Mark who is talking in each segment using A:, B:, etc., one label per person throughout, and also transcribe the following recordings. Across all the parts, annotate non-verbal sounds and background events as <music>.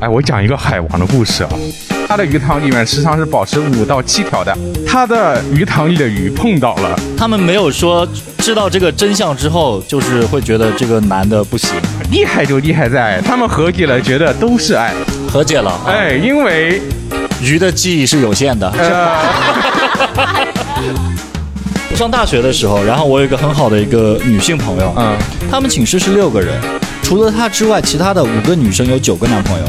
A: 哎，我讲一个海王的故事啊。他的鱼塘里面时常是保持五到七条的，他的鱼塘里的鱼碰到了，
B: 他们没有说知道这个真相之后，就是会觉得这个男的不行，
A: 厉害就厉害在他们和解了，觉得都是爱。
B: 和解了。啊，
A: 哎，因为
B: 鱼的记忆是有限的。
A: 呃，
B: 上大学的时候，然后我有一个很好的一个女性朋友，
A: 嗯，
B: 她们寝室是六个人，除了她之外，其他的五个女生有九个男朋友。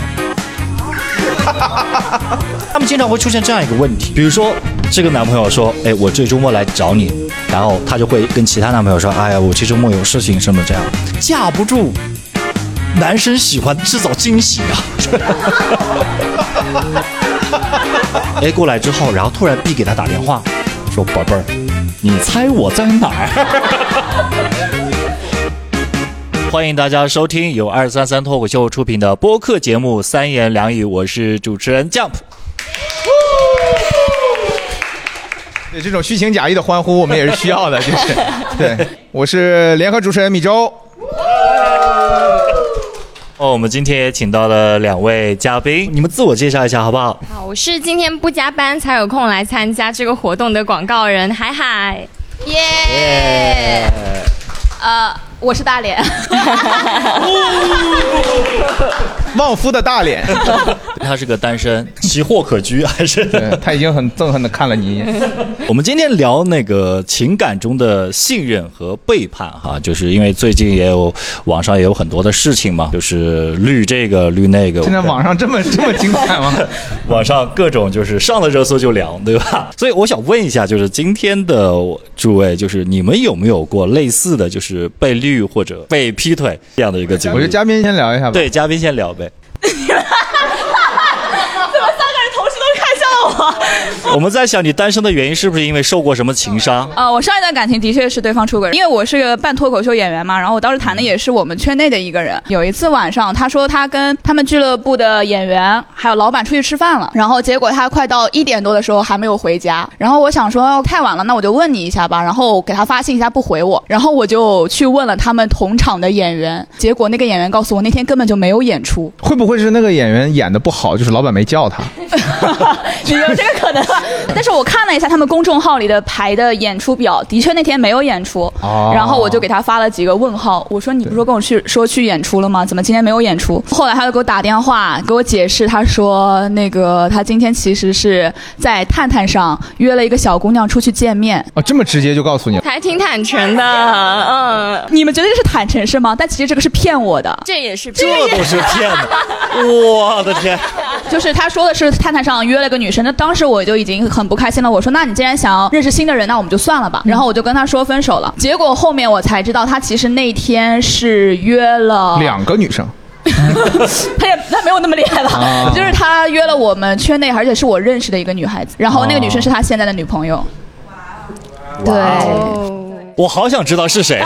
B: 她们经常会出现这样一个问题，比如说这个男朋友说：“哎，我这周末来找你。”然后她就会跟其他男朋友说：“哎呀，我这周末有事情什么这样。”架不住男生喜欢制造惊喜啊！哎，过来之后，然后突然 B 给他打电话，说：“宝贝儿，你猜我在哪儿？” <laughs> 欢迎大家收听由二三三脱口秀出品的播客节目《三言两语》，我是主持人 Jump。
C: 对 <laughs> 这种虚情假意的欢呼，我们也是需要的，
A: <laughs>
C: 就是。对，我是联合主持人米粥。
B: 哦，我们今天也请到了两位嘉宾，你们自我介绍一下好不好？
D: 好，我是今天不加班才有空来参加这个活动的广告人海海。
E: 耶、呃，我是大脸，
C: 旺夫的大
A: <laughs>
C: 脸，
B: 他是个单身， <laughs> 奇货可居，还是？
C: 对他已经很憎恨的看了你一眼。
B: 我们今天聊那个情感中的信任和背叛，哈，就是因为最近也有网上也有很多的事情嘛，就是绿这个绿那个，
C: 现在网上这么这么精彩
A: <laughs>
C: 吗？
B: 网上各种就是上了热搜就凉，对吧？ <laughs> 所以我想问一下，就是今天的诸位，就是你们有没有过类似的就是被绿或者被劈腿这样的一个经
C: 我觉得
B: 历？
C: 嘉宾先聊一下吧。
B: 对，嘉宾先聊呗。
E: 怎么三个人同时都看向我？ <laughs>
B: 我们在想，你单身的原因是不是因为受过什么情伤？
E: 呃，我上一段感情的确是对方出轨，因为我是个半脱口秀演员嘛，然后我当时谈的也是我们圈内的一个人。有一次晚上，他说他跟他们俱乐部的演员还有老板出去吃饭了，然后结果他快到一点多的时候还没有回家，然后我想说哦太晚了，那我就问你一下吧，然后给他发信息他不回我，然后我就去问了他们同场的演员，结果那个演员告诉我那天根本就没有演出，
C: 会不会是那个演员演的不好，就是老板没叫他？
E: <laughs> 你有这个可能。啊但是我看了一下他们公众号里的排的演出表，的确那天没有演出。
C: 哦
E: 然后我就给他发了几个问号，我说你不是说跟我去说去演出了吗？怎么今天没有演出？后来他就给我打电话给我解释，他说那个他今天其实是在探探上约了一个小姑娘出去见面。
C: 哦，这么直接就告诉你了。
D: <laughs> 还挺坦诚
E: <laughs>
D: 的，嗯，
E: 你们觉得这是坦诚是吗？但其实这个是骗我的，
D: 这也是
B: 这都是骗
C: <laughs>
B: 的！我的天！
E: 就是他说的是探探上约了个女生，那当时我就已经很不开心了。我说，那你既然想要认识新的人，那我们就算了吧。然后我就跟他说分手了。结果后面我才知道，他其实那天是约了，
C: 两个女生，
E: 他也他没有那么厉害吧？
C: 啊
E: <laughs> 就是他约了我们圈内，而且是我认识的一个女孩子。然后那个女生是他现在的女朋友。
C: 哦
E: 对，
B: 我好想知道是谁。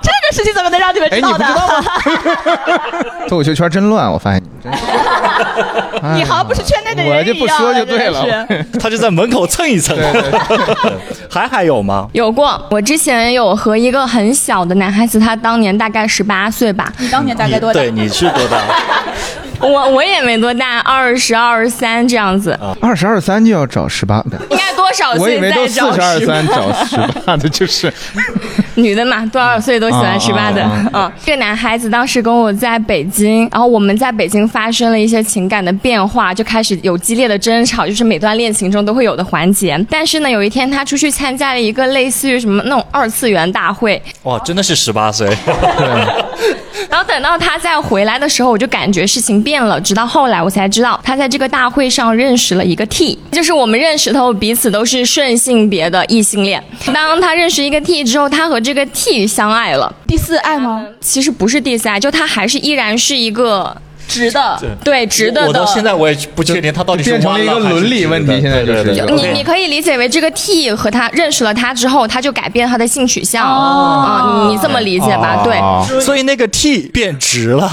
E: 这个事情怎么能让你们知道的？
C: 哎你
E: <laughs>
C: 不知道 <laughs> 脱口秀圈真乱，我发现你们真
E: 你好像不是圈内的人
C: 我就不说就对了
E: 一样真的是
B: 他就在门口蹭一蹭。 <laughs> 还还有吗？
D: 有过。我之前有和一个很小的男孩子，他当年大概十八岁吧，
E: 你当年大概多大？
B: 对，你是多大？
D: 我我也没多大，二十二三这样子，
C: <laughs> 二十二三就要找十八的。
D: 应该多少
C: 啊我以
D: 岁
C: 为都
D: 再
C: 四
D: 哦找
C: 十二
D: 十八？
C: 三找十八的，就是
D: <laughs> 女的嘛，多少岁都喜欢十八的。
C: 啊
D: 嗯、这个男孩子当时跟我在北京，然后我们在北京发生了一些情感的变化，就开始有激烈的争吵，就是每段恋情中都会有的环节。但是呢，有一天他出去参加了一个类似于什么那种二次元大会，
B: 哇，真的是十八
D: <laughs>
B: 岁。
D: 然后等到他再回来的时候，我就感觉事情变了。直到后来我才知道，他在这个大会上认识了一个 T，就是我们认识的时候彼此都是顺性别的异性恋。当他认识一个 T 之后，他和这个 T 相爱了。
E: 第四爱吗？
D: 其实不是第四爱，就他还是依然是一个
E: 直的。
D: 对直的
B: 我到
D: 的。
B: 现在我也不确定他到底是
C: 变成了一个
B: 弯还是
C: 伦理
B: 直的
C: 问题现在就是
B: 对对对
C: 就
D: 你
B: OK
D: 你可以理解为这个 T 和他认识了他之后，他就改变他的性取向
E: 哦
D: 啊、你你这么理解吧？对，
C: 哦
B: 所以那个 T 变直了，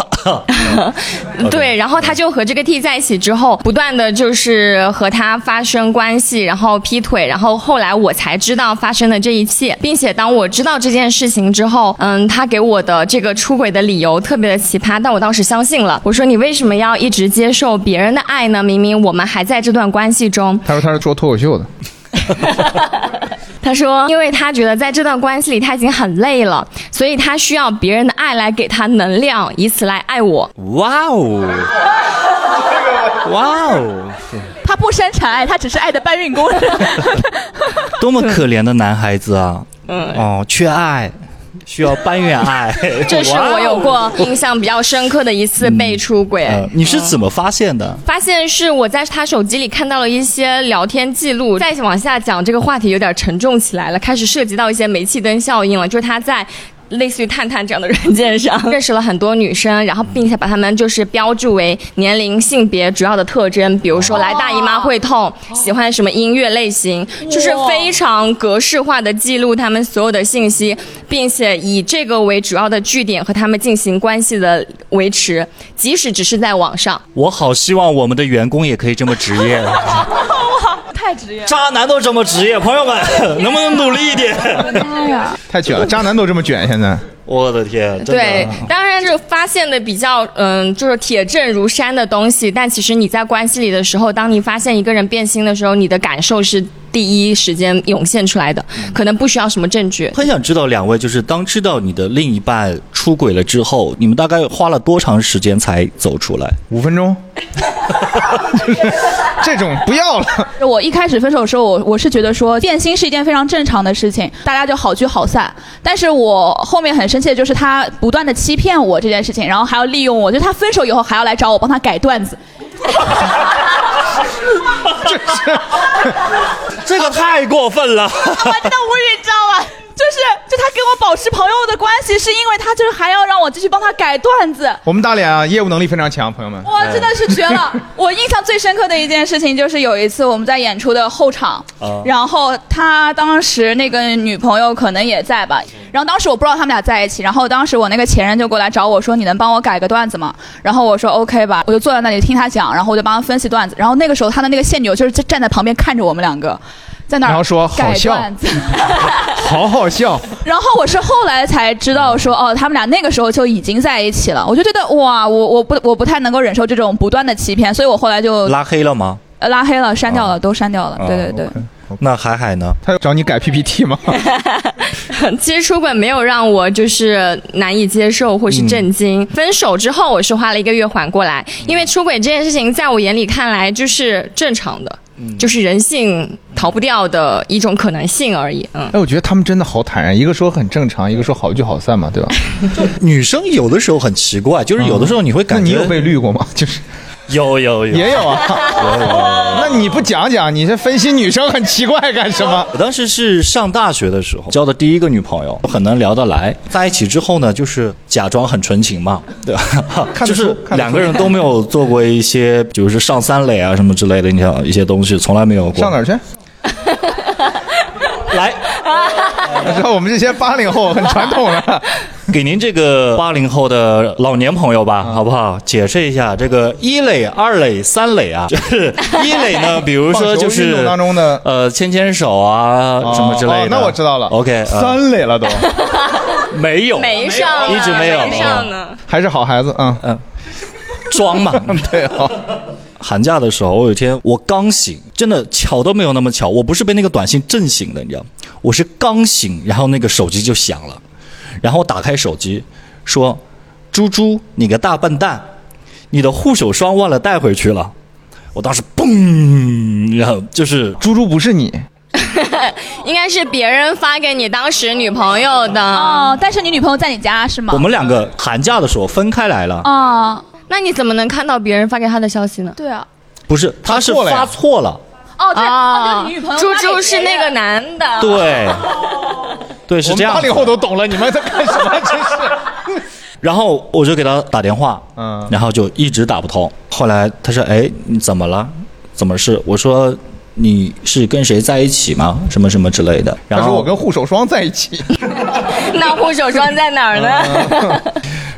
B: <laughs>
D: 对，然后他就和这个 T 在一起之后，不断的就是和他发生关系，然后劈腿，然后后来我才知道发生的这一切，并且当我知道这件事情之后，嗯，他给我的这个出轨的理由特别的奇葩，但我当时相信了。我说你为什么要一直接受别人的爱呢？明明我们还在这段关系中。
C: 他说他是做脱口秀的，
D: 他说，因为他觉得在这段关系里他已经很累了，所以他需要别人的爱来给他能量，以此来爱我。
B: 哇哦，哇哦，
E: 他不生产爱，他只是爱的搬
C: <laughs>
E: 运工。
B: 多么可怜的男孩子啊！
D: 嗯
B: 哦，缺爱，需要搬运爱。
D: 这是我有
B: 哇哦。
D: 过印象比较深刻的一次被出轨。
B: 呃，你是怎么发现的？
D: 发现是我在他手机里看到了一些聊天记录，再往下讲这个话题有点沉重起来了，开始涉及到一些煤气灯效应了，就是他在。类似于探探这样的软件上认识了很多女生，然后并且把她们就是标注为年龄、性别主要的特征，比如说来大姨妈会痛，喜欢什么音乐类型，就是非常格式化的记录她们所有的信息，并且以这个为主要的据点和她们进行关系的维持，即使只是在网上。
B: 我好希望我们的员工也可以这么职业，
E: 太职业了。
B: 渣男都这么职业，朋友们，能不能努力一点？
C: 太卷了，渣男都这么卷，现在
B: 我的天，真的
D: 对，当然是发现的比较，嗯，就是铁证如山的东西。但其实你在关系里的时候，当你发现一个人变心的时候，你的感受是第一时间涌现出来的，
B: 嗯
D: 可能不需要什么证据。 <laughs>
B: 很想知道两位，就是当知道你的另一半出轨了之后，你们大概花了多长时间才走出来？
C: 五分钟，这种不要了。
E: 我一开始分手的时候，我我是觉得说变心是一件非常正常的事情，大家就好聚好散。但是我后面很生气的就是他不断的欺骗我这件事情，然后还要利用我，就他分手以后还要来找我帮他改段子，
B: 这个太过分了！
E: 我真的无语，你知道吗？就是就他跟我保持朋友的关系，是因为他就是还要让我继续帮他改段子。
C: 我们大脸啊，业务能力非常强，朋友
E: <laughs>
C: 们。
E: 哇，真的是绝了！我印象最深刻的一件事情就是有一次我们在演出的后场，
B: 啊
E: 然后他当时那个女朋友可能也在吧，
C: 嗯
E: 然后当时我不知道他们俩在一起，然后当时我那个前任就过来找我说：“你能帮我改个段子吗？”然后我说：“OK 吧。”我就坐在那里听他讲，然后我就帮他分析段子。然后那个时候他的那个现女友就是站在旁边看着我们两个，在那儿
C: 然后说好
E: 改
C: 笑
E: 段子。
C: 好好笑，
E: 然后我是后来才知道说，哦，他们俩那个时候就已经在一起了。我就觉得哇，我我不我不太能够忍受这种不断的欺骗，所以我后来就
B: <laughs> 拉黑了吗？
E: 呃拉黑了、删掉了，都删掉了。
B: 哦
E: 对对对，
B: 那海海呢？
C: 他找你改 PPT 吗？
D: 其实出轨没有让我就是难以接受或是震惊。
B: 嗯
D: 分手之后，我是花了一个月缓过来，因为出轨这件事情在我眼里看来就是正常的，
B: 嗯
D: 就是人性逃不掉的一种可能性而已。嗯。
C: 哎，我觉得他们真的好坦然，一个说很正常，一个说好聚好散嘛，对吧？
B: 女生有的时候很奇怪，就是有的时候你会
C: 那
B: 感
C: 你
B: 觉
C: 有被绿过吗？ <laughs> 就是
B: 有有有
C: 也有 <laughs> 啊。那你不讲讲，你这分析女生很奇怪干什么？
B: 我当时是上大学的时候交的第一个女朋友，很能聊得来。在一起之后呢，就是假装很纯情嘛，对吧？ <laughs>
C: 看得出
B: 就是
C: 看得出
B: 两个人都没有做过一些，比如说上三垒啊什么之类的，你想一些东西从来没有
C: <laughs>
B: 过。
C: 上哪儿去？
B: 来，
C: 你知道我们这些八零后很传统的， <laughs>
B: 给您这个八零后的老年朋友吧，好不好？解释一下这个一垒、二垒、三垒啊，就是一垒呢，比如说
C: <laughs>
B: 就
C: 棒球运
B: 是
C: 动当中的
B: 呃牵牵手啊什么之类的。
C: 哦那我知道了。
B: OK，呃
C: 三垒 <laughs> 了都，
B: 没有，
D: 没上啊，
B: 一直没有
D: 上呢。
C: 还是好孩子啊。嗯
B: 装 <laughs> 嘛。
C: 对哦，
B: 寒假的时候，我有一天我刚醒，真的巧都没有那么巧，我不是被那个短信震醒的，你知道，我是刚醒，然后那个手机就响了，然后我打开手机，说：“猪猪，你个大笨蛋，你的护手霜忘了带回去了。”我当时嘣，然后就是
C: 猪猪不是你，
D: 应该是别人发给你当时女朋友的。
E: 哦，但是你女朋友在你家是吗
B: 我？们两个寒假的时候分开来
C: 哦
B: 了，
E: 啊、
D: 那你怎么能看到别人发给他的消息呢？
E: 对啊。
B: 不是，他是
C: 错了呀
B: 发错了，
E: 哦，对，哦，就是你女朋友
D: 啊猪
E: 发给别
D: 猪
E: 人
D: 是那个男的。
B: 对，对，
C: 我
B: 是这
C: 们
B: 样
C: 八
B: 子。
C: 零后都懂了，你们在干什么？真是。
B: 然后我就给他打电话，
C: 嗯
B: 然后就一直打不通。后来他说：“哎，你怎么了？怎么是？”我说：“你是跟谁在一起吗？什么什么之类的。” <laughs> 然
C: 他
B: 后
C: 说我跟护手霜在一起，
B: 嗯
D: 那护手霜在哪儿呢？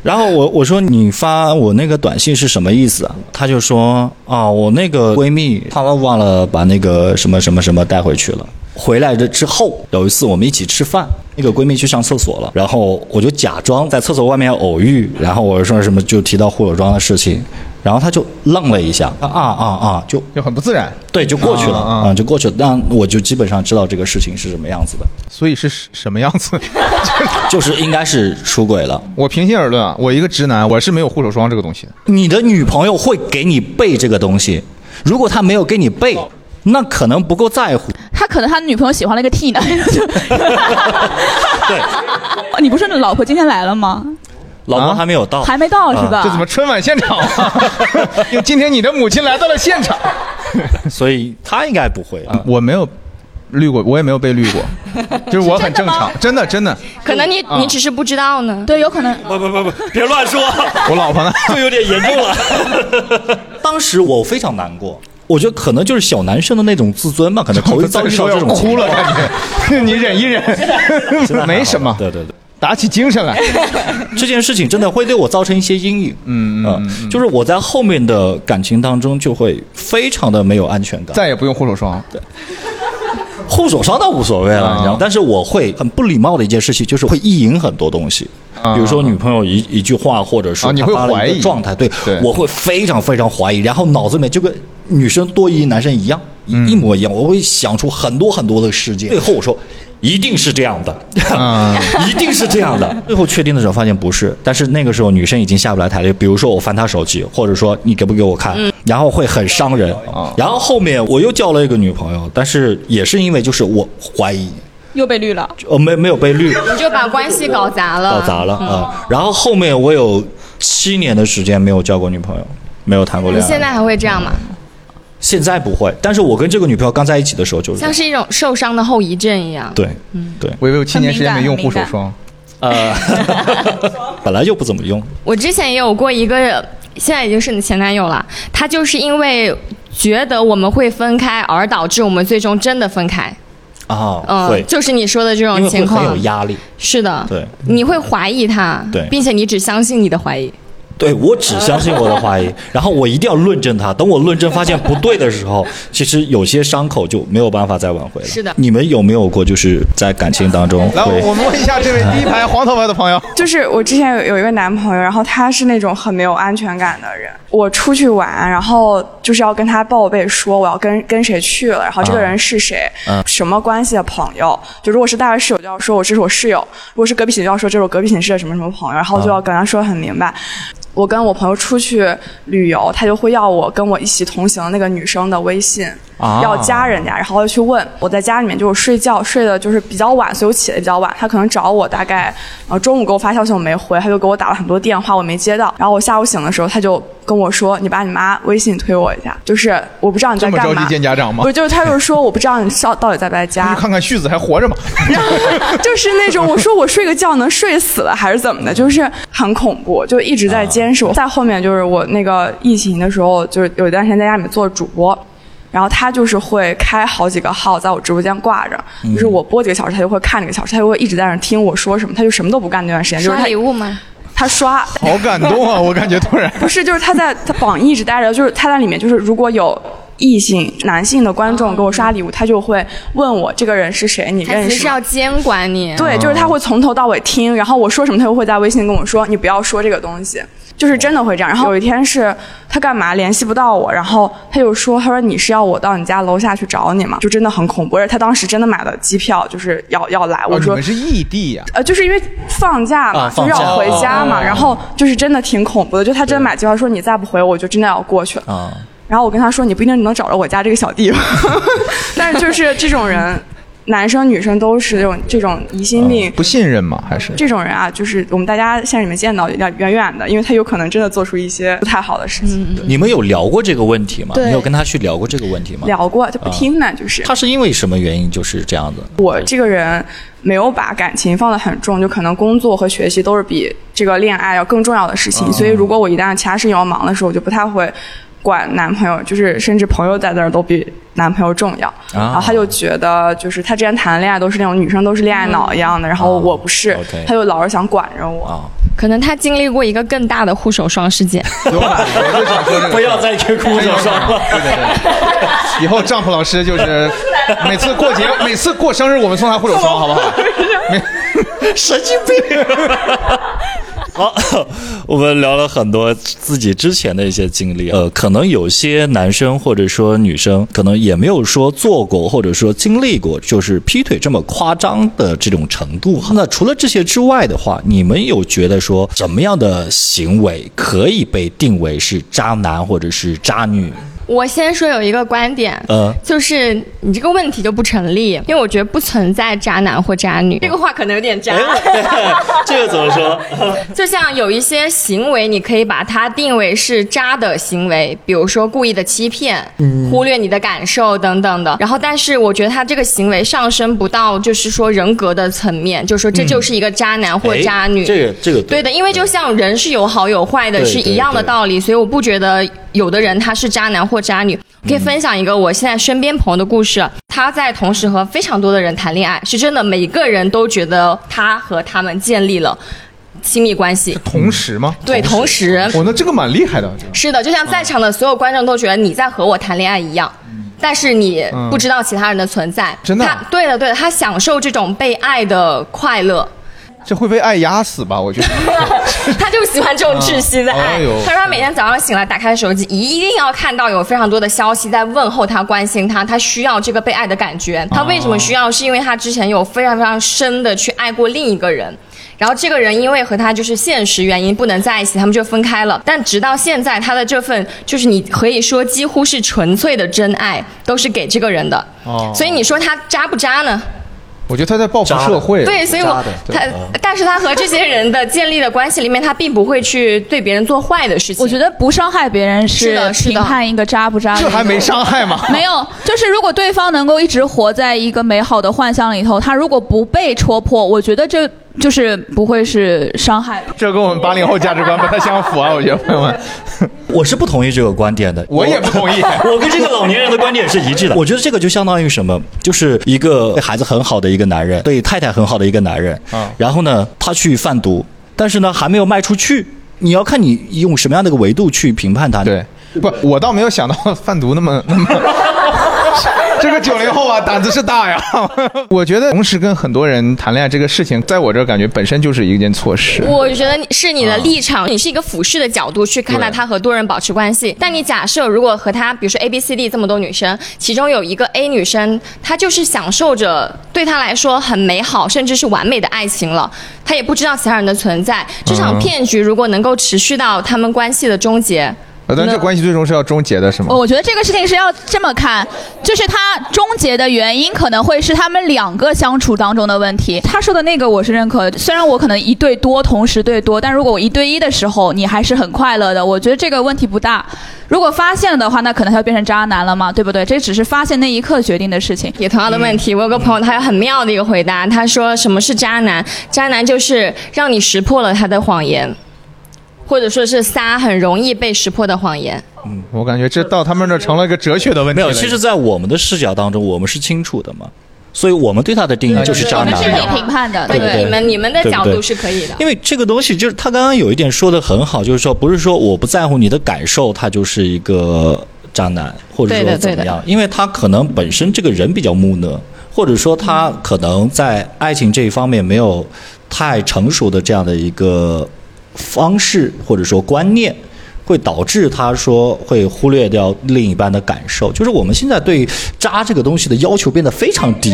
B: 然后我我说你发我那个短信是什么意思啊？她就说啊，我那个闺蜜她忘了把那个什么什么什么带回去了。回来的之后，有一次我们一起吃饭，那个闺蜜去上厕所了，然后我就假装在厕所外面偶遇，然后我说什么就提到护手妆的事情，然后她就愣了一下，啊啊啊啊，就
C: <laughs> 就很不自然。
B: 对，就过去了，
C: 啊
B: 啊、
C: 啊
B: 就过去了。但我就基本上知道这个事情是什么样子的，
C: 所以是什什么样子？ <laughs>
B: 就是应该是出轨了。
C: 我平心而论啊，我一个直男，我是没有护手霜这个东西的。
B: 你的女朋友会给你备这个东西，如果她没有给你备，那可能不够在乎。
E: 他可能他女朋友喜欢了个 T 呢。对， <laughs> 你不是老婆今天来了吗？
B: 老
C: 啊
B: 公还没有到，
E: 还没到
B: 啊
E: 是吧？
C: 这怎么春晚现场啊？ <laughs> 因为今天你的母亲来到了现场。
B: <laughs> 所以她应该不会。啊、
C: 我没有绿过，我也没有被绿 <laughs> 过，就是我很正常，真的真的。
D: <laughs> 可能你你只是不知道
B: 嗯
D: 呢。
E: 对，有可能。
B: 不不不不，别乱说， <laughs>
C: 我老婆呢？
B: 这有点严重了。 <laughs> 当时我非常难过，我觉得可能就是小男生的那种自尊吧，可能头一遭遇到
C: 说
B: 这
C: 要
B: 种情
C: 哭了，
B: 况，
C: <laughs> 感觉。你忍一
B: <laughs> 现在
C: 忍，
B: 还好
C: 没什么，
B: 对对对。
C: 打起精神来。
B: 这件事情真的会对我造成一些阴影。嗯嗯，就是我在后面的感情当中就会非常的没有安全感。
C: 再也不用护手霜，
B: 护手霜倒无所谓了，
C: 啊
B: 你知道吗？但是我会很不礼貌的一件事情，就是会意淫很多东西。比如说女朋友一一句话，或者说
C: 啊啊你会
B: 她发了一个
C: 怀疑
B: 状态，对
C: 对
B: 我会非常非常怀疑，然后脑子里面就跟女生多疑男生一样，一一模一样，我会想出很多很多的事嗯件。最后我说一定是这样的，
C: 嗯
B: <laughs> 一定是这样 <laughs> 的。最后确定的时候发现不是，但是那个时候女生已经下不来台了。比如说我翻她手机，或者说你给不给我看，然后会很伤人。然后后面我又交了一个女朋友，但是也是因为就是我怀疑，
E: 又被绿了，
B: 呃，没没有被绿
D: 你就把关系搞砸了。
B: 搞砸了啊、然后后面我有七年的时间没有交过女朋友，没有谈过
D: 你
B: 恋爱。
D: 现在还会这样吗？
B: 现在不会，但是我跟这个女朋友刚在一起的时候就是这
D: 像
B: 样
D: 是一种受伤的后遗症一样。
B: 对，对，
C: 我以为有七年时间没用护手霜，
B: 呃， <laughs> 本来就不怎么用。
D: 我之前也有过一个，现在已经是你前男友了，他就是因为觉得我们会分开，而导致我们最终真的分开。
B: 啊、
D: 嗯、
B: 会，
D: 就是你说的这
B: 因
D: 种
B: 为会
D: 情
B: 很
D: 况
B: 有。压力。
D: 是的，
B: 对
D: 你会怀疑他，
B: 对
D: 并且你只相信你的怀疑。
B: 对我只相信我的怀疑，然后我一定要论证它。等我论证发现不对的时
D: <laughs>
B: 候，其实有些伤口就没有办法再挽回了。
D: 是的
B: 你们有没有过就是在感情当中
C: 来，
B: 会
C: 我们问一下这位第一排黄头发的朋 <laughs> 友，
F: <laughs> 就是我之前有有一个男朋友，然后他是那种很没有安全感的人。我出去玩，然后就是要跟他报备说我要跟跟谁去了，然后这个人是谁，什么关系的朋友。就如果是大学室友，就要说我这是我室友；如果是隔壁寝室，就要说这是我隔壁寝室的什么什么朋友，然后就要跟他说得很明白。我跟我朋友出去旅游，他就会要我跟我一起同行的那个女生的微信，
C: 啊
F: 要加人家，然后去问我在家里面就是睡觉睡的就是比较晚，所以我起的比较晚。他可能找我大概，然后中午给我发消息我没回，他就给我打了很多电话我没接到，然后我下午醒的时候他就跟我说你把你妈微信推我一下，就是我不知道你在
C: 这么
F: 干
C: 着
F: 嘛
C: 急。见家长吗哎
F: 不？是，就是他就是说我不知道你到到底在不在家，
C: 去看看旭子还活着吗？
F: 就是那种我说我睡个觉能睡死了还是怎么的，就是很恐怖，就一直在监视我。再后面就是我那个疫情的时候，就是有一段时间在家里面做主播。然后他就是会开好几个号在我直播间挂着，就是我播几个小时，他就会看几个小时，他就会一直在那儿听我说什么，他就什么都不干那段时间，就是
D: 刷
F: 他
D: 礼物吗？
F: 他刷，
C: 好感动啊！我感觉突然。
F: 不是，就是他在他榜一直待着，就是他在里面，就是如果有异性男性的观众给我刷礼物，他就会问我这个人是谁，你
D: 他
F: 认
D: 其
F: 识
D: 实
F: 吗？
D: 要监管你。
F: 对，就是他会从头到尾听，然后我说什么，他就会在微信跟我说你不要说这个东西，就是真的会这样。然后有一天是他干嘛联系不到我，然后他就说，他说你是要我到你家楼下去找你嘛，就真的很恐怖。而且他当时真的买了机票，就是要要来，
C: 哦
F: 我
C: 你
F: 说。
C: 们是异地呀、
F: 呃，就是因为放假嘛，
B: 啊
F: 就是
B: 放假
F: 要回家嘛，
C: 哦
F: 然后就是真的挺恐怖的。就他真的买机票说你再不回，我就真的要过去了。
B: 啊？
F: 然后我跟他说，你不一定能找着我家这个小弟， <laughs> 但是就是这种人，男生女生都是这种这种疑心病。
C: 不信任吗？还是
F: 这种人啊，就是我们大家现在里面见到要远远的，因为他有可能真的做出一些不太好的事
D: 嗯
F: 情。
B: 你们有聊过这个问题吗？
E: 对
B: 你有跟他去聊过这个问题吗？
F: 聊过就不听呢，就是
B: 他是因为什么原因就是这样子？
F: 我这个人没有把感情放得很重，就可能工作和学习都是比这个恋爱要更重要的事
B: 啊
F: 情。所以如果我一旦其他事情要忙的时候，我就不太会管男朋友，就是甚至朋友在那儿都比男朋友重要。
B: 啊
F: 然后他就觉得，就是他之前谈的恋爱都是那种女生都是恋爱脑一样的，然后我不是，
B: 啊 OK
F: 他就老是想管着我。
B: 啊
D: 可能他经历过一个更大的护手霜事件。
C: 对吧？ <laughs> 我就想说这个，
B: 不要再去 <laughs> 哭手霜了。
C: 对对对，以后丈夫老师
D: <laughs>
C: 就是每次过节，每次过生日，我们送他护手霜，好不好？
D: <laughs>
B: 神经病。 <laughs> 好， <laughs> 我们聊了很多自己之前的一些经历，呃，可能有些男生或者说女生，可能也没有说做过或者说经历过，就是劈腿这么夸张的这种程度。那除了这些之外的话，你们有觉得说什么样的行为可以被定为是渣男或者是渣女？
D: <laughs> 我先说有一个观点，
B: 嗯
D: 就是你这个问题就不成立，因为我觉得不存在渣男或渣女，这个话可能有点
B: 哎
D: 渣。
B: 这个怎么说？
D: 就像有一些行为，你可以把它定为是渣的行为，比如说故意的欺骗、忽略你的感受等等的。然后，但是我觉得他这个行为上升不到就是说人格的层面，就说这就是一个渣男 <laughs> 或渣女。
B: 哎这个这个
D: 对的，因为就像人是有好有坏的，
B: 对
D: 是一样的道理，所以我不觉得有的人他是渣男或渣女。可以分享一个我现在身边朋友的故事，他在同时和非常多的人谈恋爱，是真的，每个人都觉得他和他们建立了亲密关系。
C: 同时吗？
D: 对，同时
C: 我那这个蛮厉害的，
D: 是的，就像在场的所有观众都觉得你在和我谈恋爱一样。但是你
C: 嗯
D: 不知道其他人的存在，
C: 真的啊
D: 他对的，对的，他享受这种被爱的快乐，
C: 这会被爱压死吧？我觉得。
D: <laughs> 他就喜欢这种窒息的爱
C: 哎呦。
D: 他说他每天早上醒来打开手机，一定要看到有非常多的消息在问候他、关心他，他需要这个被爱的感觉。
C: 哦
D: 他为什么需要？是因为他之前有非常非常深的去爱过另一个人。然后这个人因为和他就是现实原因不能在一起，他们就分开了。但直到现在，他的这份就是你可以说几乎是纯粹的真爱，都是给这个人的。
C: 哦
D: 所以你说他渣不渣呢？
C: 我觉得他在报复社会。
D: 对，所以我
B: 渣的对
D: 他，但是他和这些人的建立的关系里面，他并不会去对别人做坏的事情。
E: 我觉得不伤害别人
D: 是
E: 是
D: 的是的
E: 评判一个渣不渣的一
C: 这
E: 个，
C: 还没伤害
D: <laughs>
C: 吗？
E: <laughs> 没有，就是如果对方能够一直活在一个美好的幻想里头，他如果不被戳破，我觉得这就是不会是伤害。
C: 这跟我们八零后价值观不太相
D: <laughs>
C: 符啊！我觉得朋友们，
B: 我是不同意这个观点的，
C: 我也不同意。
B: <laughs> 我跟这个老年人的观点是一致的。我觉得这个就相当于什么，就是一个对孩子很好的一个男人，对太太很好的一个男人，
C: 嗯
B: 然后呢，他去贩毒，但是呢，还没有卖出去。你要看你用什么样的一个维度去评判他。
C: 对，，不，我倒没有想到贩毒那么那
D: <laughs>
C: 么。这个九零后啊，胆子是大呀！ <laughs> 我觉得同时跟很多人谈恋爱这个事情，在我这儿感觉本身就是一件错事。
D: 我觉得是你的立场，你是一个俯视的角度去看待
C: 对
D: 他和多人保持关系。但你假设如果和他，比如说 A、B、C、D 这么多女生，其中有一个 A 女生，她就是享受着对她来说很美好，甚至是完美的爱情了，她也不知道其他人的存在。这场骗局如果能够持续到他们关系的终结，
C: 呃但这关系最终是要终结的，是吗？
E: 我觉得这个事情是要这么看，就是他终结的原因可能会是他们两个相处当中的问题。他说的那个我是认可的，虽然我可能一对多同时对多，但如果我一对一的时候你还是很快乐的，我觉得这个问题不大。如果发现了的话，那可能他就变成渣男了嘛，对不对？这只是发现那一刻决定的事情。
D: 也同样的问题，我有个朋友，他有很妙的一个回答，他说什么是渣男？渣男就是让你识破了他的谎言，或者说是撒很容易被识破的谎言。
C: 我感觉这到他们这儿成了一个哲学的问
B: 没
C: 题了。
B: 有，其实，在我们的视角当中，我们是清楚的嘛，所以我们对他的定义就是渣
D: 嗯我
B: 男
D: 们
B: 嘛。
D: 是可以评
E: 判的
D: 对
B: 对对
D: 你们你们的
B: 对不
D: 角
B: 对
D: 度是可以的。
B: 因为这个东西就是他刚刚有一点说的很好，就是说不是说我不在乎你的感受，他就是一个渣男，或者
D: 对
B: 说
D: 的
B: 怎
D: 对
B: 么
D: 的
B: 样，因为他可能本身这个人比较木讷，或者说他可能在爱情这一方面没有太成熟的这样的一个方式或者说观念。会导致他说会忽略掉另一半的感受，就是我们现在对渣这个东西的要求变得非常低，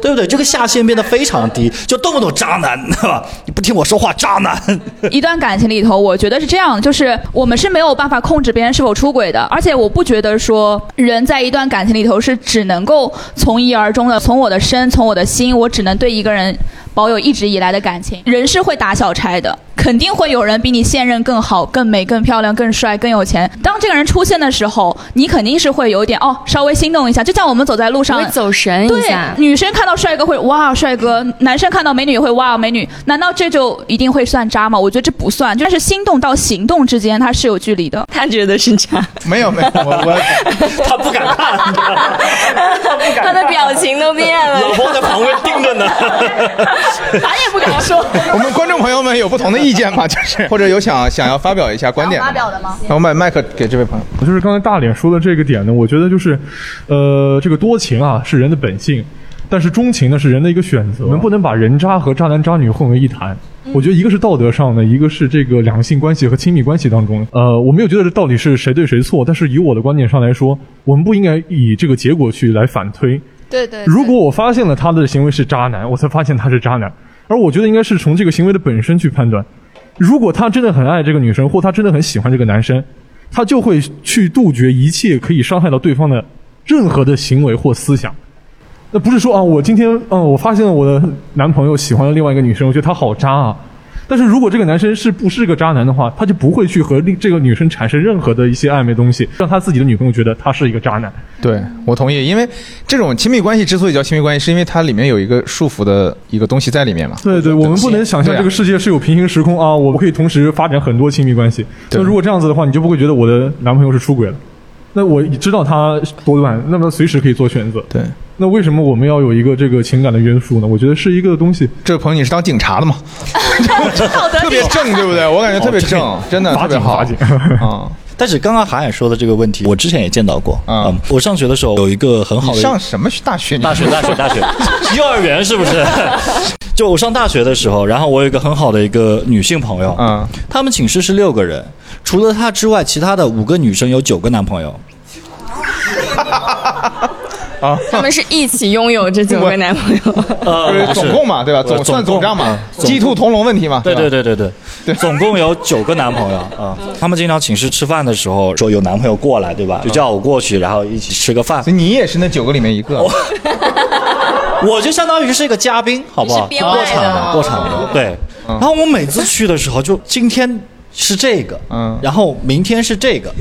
B: 对不对？这个下限变得非常低，就动不动渣男，对吧？你不听我说话，渣男。 <laughs>
E: <laughs> 一段感情里头，我觉得是这样，就是我们是没有办法控制别人是否出轨的，而且我不觉得说人在一段感情里头是只能够从一而终的，从我的身，从我的心，我只能对一个人保有一直以来的感情。人是会打小差的，肯定会有人比你现任更好、更美、更漂亮、更帅、更有钱。当这个人出现的时候，你肯定是会有点哦，稍微心动一下，就像我们走在路上
D: 会，走神一
E: 对
D: 下，，
E: 女生看到帅哥会哇帅哥，男生看到美女也会哇美女，难道这就一定会算渣吗？我觉得这不算，就是心动到行动之间它是有距离的。
D: 他觉得是渣，
C: 没有 <laughs> 没有，我我
B: 他不敢看，
D: <laughs> 他的表情都变 <laughs> 了。
B: 婆在旁边盯着呢。
E: 啥也不敢说，
C: 我们观众朋友们有不同的意意见嘛，就是或者有想想要发表一下观点，
E: 发表的吗？
C: 那我把麦克给这位朋友。
G: 就是刚才大脸说的这个点呢，我觉得就是，呃，这个多情啊是人的本性，但是钟情呢是人的一个选择。我们不能把人渣和渣男渣女混为一谈。
E: 嗯
G: 我觉得一个是道德上的，一个是这个两性关系和亲密关系当中。呃，我没有觉得这到底是谁对谁错，但是以我的观点上来说，我们不应该以这个结果去来反推。
E: 对对，
G: 如果我发现了他的行为是渣男，我才发现他是渣男，而我觉得应该是从这个行为的本身去判断。如果他真的很爱这个女生，或他真的很喜欢这个男生，他就会去杜绝一切可以伤害到对方的任何的行为或思想。那不是说啊，我今天嗯、我发现了我的男朋友喜欢了另外一个女生，我觉得他好渣啊。但是如果这个男生是不是个渣男的话，他就不会去和另这个女生产生任何的一些暧昧东西，让他自己的女朋友觉得他是一个渣男。
C: 对我同意，因为这种亲密关系之所以叫亲密关系，是因为它里面有一个束缚的一个东西在里面嘛。
G: 对对，我们不能想象
C: 对啊
G: 这个世界是有平行时空啊，我可以同时发展很多亲密关系。
C: 对
G: 那如果这样子的话，你就不会觉得我的男朋友是出轨了。那我知道他多乱，那么随时可以做选择。
C: 对，
G: 那为什么我们要有一个这个情感的约束呢？我觉得是一个东西，
C: 这位朋友你是当警察的吗？ <laughs> 特别正，对不对？我感觉特别正，真的
G: 法
C: 特别
G: 警
C: 好
G: 法警。
C: 啊！
B: 但是刚刚韩海说的这个问题，我之前也见到过。
C: 嗯
B: 嗯，我上学的时候有一个很好
C: 你
B: 的
C: 上什么大学？你
B: 大学，大学，大学，
C: <laughs>
B: 幼儿园是不是？就我上大学的时候，然后我有一个很好的一个女性朋友，
C: 嗯，
B: 她们寝室是六个人，除了她之外，其他的五个女生有九个男朋友。
D: 他们是一起拥有这九个男朋友。
C: 就是
B: 呃，
C: 总共嘛，对吧？
B: 呃
C: 总算
B: 总
C: 总
B: 共
C: 账嘛，
B: 总
C: 鸡兔同笼问题嘛。
B: 对
C: 吧
B: 对对对对，总共有九个男朋友啊。她们经常寝室吃饭的时候说有男朋友过来，对吧？就叫我过去，然后一起吃个饭
C: 所。以你也是那九个里面一个。
B: <laughs> 我就相当于是一个嘉宾，好不好？
D: 你是编外的哦
B: 过场的，过场的。对，然后我每次去的时候，就今天是这个，
C: 嗯
B: 然后明天是这个，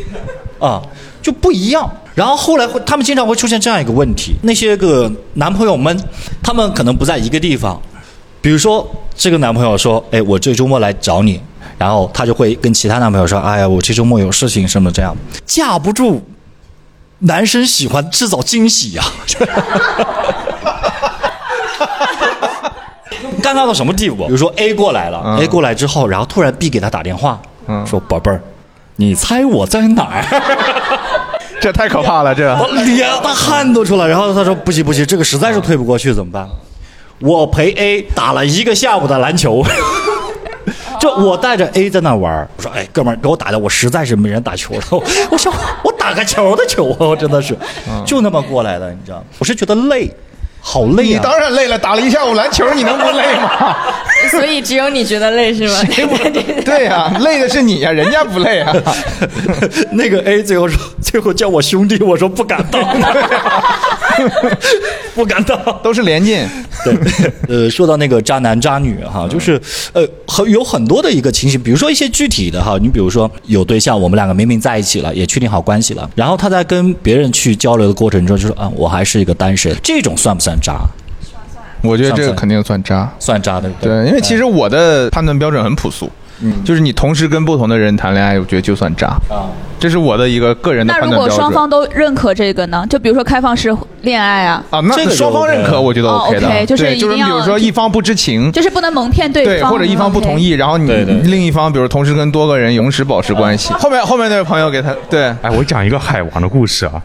B: 啊，就不一样。然后后来会，他们经常会出现这样一个问题：那些个男朋友们，他们可能不在一个地方。比如说，这个男朋友说：“哎，我这周末来找你。”然后他就会跟其他男朋友说：“哎呀，我这周末有事情什么这样。”架不住男生喜欢制造惊喜呀、尴尬到什么地步？比如嗯说 A 过来了、a 过来之后，然后突然 B 给他打电话，说：“宝贝儿，你猜我在哪 <laughs> 儿？”
C: 这太可怕了，这
B: 我脸大汗都出来。然后他说：“不行不行，这个实在是推不过去，怎么办？”我陪 A 打了一个下午的篮 <laughs> 球。就我带着 A 在那玩儿我说：“哎，哥们儿，给我打的，我实在是没人打球 <laughs> 了。我”我想，我打个球的球啊，我真的是就那么过来的，你知道吗？我是觉得累，好累
C: 你
B: 啊！
C: 当然累了，打了一下午篮球，你能不累吗？
D: <laughs> 所以只有你觉得累是吗？
C: 对呀、累的是你呀、人家不累啊。
B: <laughs> 那个 A 最后说，最后叫我兄弟，我说不敢当， <laughs> 不敢当。
C: 都是连进，
B: 对，呃，说到那个渣男渣女哈，就是呃，很有很多的一个情形，比如说一些具体的哈，你比如说有对象，我们两个明明在一起了，也确定好关系了，然后他在跟别人去交流的过程中，就说啊，我还是一个单身，这种算不算渣？
C: 我觉得这个肯定算渣。
B: 算渣对不对？
C: 对，因为其实我的判断标准很朴素，嗯，就是你同时跟不同的人谈恋爱，我觉得就算渣啊，这是我的一个个人的
E: 那
C: 判
E: 如
C: 断
E: 果
C: 标
E: 双
C: 准。
E: 方都认可这个呢？就比如说开放式恋爱啊，
C: 啊，那
B: 这个就
C: 双方认
B: OK
C: 可，
B: 了
C: 我觉得
E: 哦
C: OK 的，
E: OK，就是
C: 对，就是比
E: 一定要
C: 如说一方不知情。
E: 就是不能蒙骗对
C: 对，
E: 方，
C: 或者一方不同意，。然后你
B: 对对对
C: 另一方，比如同时跟多个人同时保持关系。后面后面那位朋友给他，对，
A: 哎，我讲一个海王的故事啊。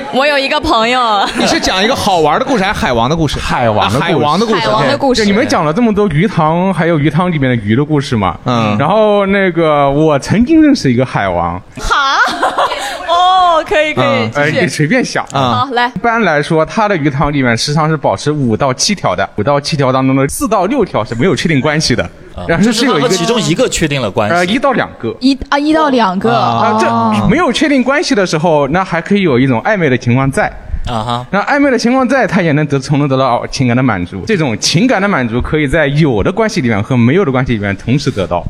D: <laughs> 我有一个朋友，
C: 你是讲一个好玩的故事，还是 <laughs> 海王的故事？
A: 海王的
C: 啊
A: 故事
C: 海王的故事，
E: 海王的故事
A: 对，你们讲了这么多鱼塘，还有鱼塘里面的鱼的故事嘛？
C: 嗯
A: 然后那个我曾经认识一个海王，
E: 好， <laughs> 哦，可以可以
C: 嗯
A: 哎，
E: 继
A: 你
E: 续。
A: 随便想啊。
E: 好，来
A: 一般来说，它的鱼塘里面时常是保持五到七条的，五到七条当中的四到六条是没有确定关系的，然后
B: 就是
A: 有
B: 他
A: 一个
B: 和其中一个确定了关
A: 呃
B: 系，
A: 一到两个。
E: 一啊一到两个
A: 啊，
E: 哦
A: 这没有确定关系的时候，那还可以有一种暧昧的情况在。
B: 啊哈，
A: 那暧昧的情况在，他也能得从中得到情感的满足。这种情感的满足可以在有的关系里面和没有的关系里面同时得到。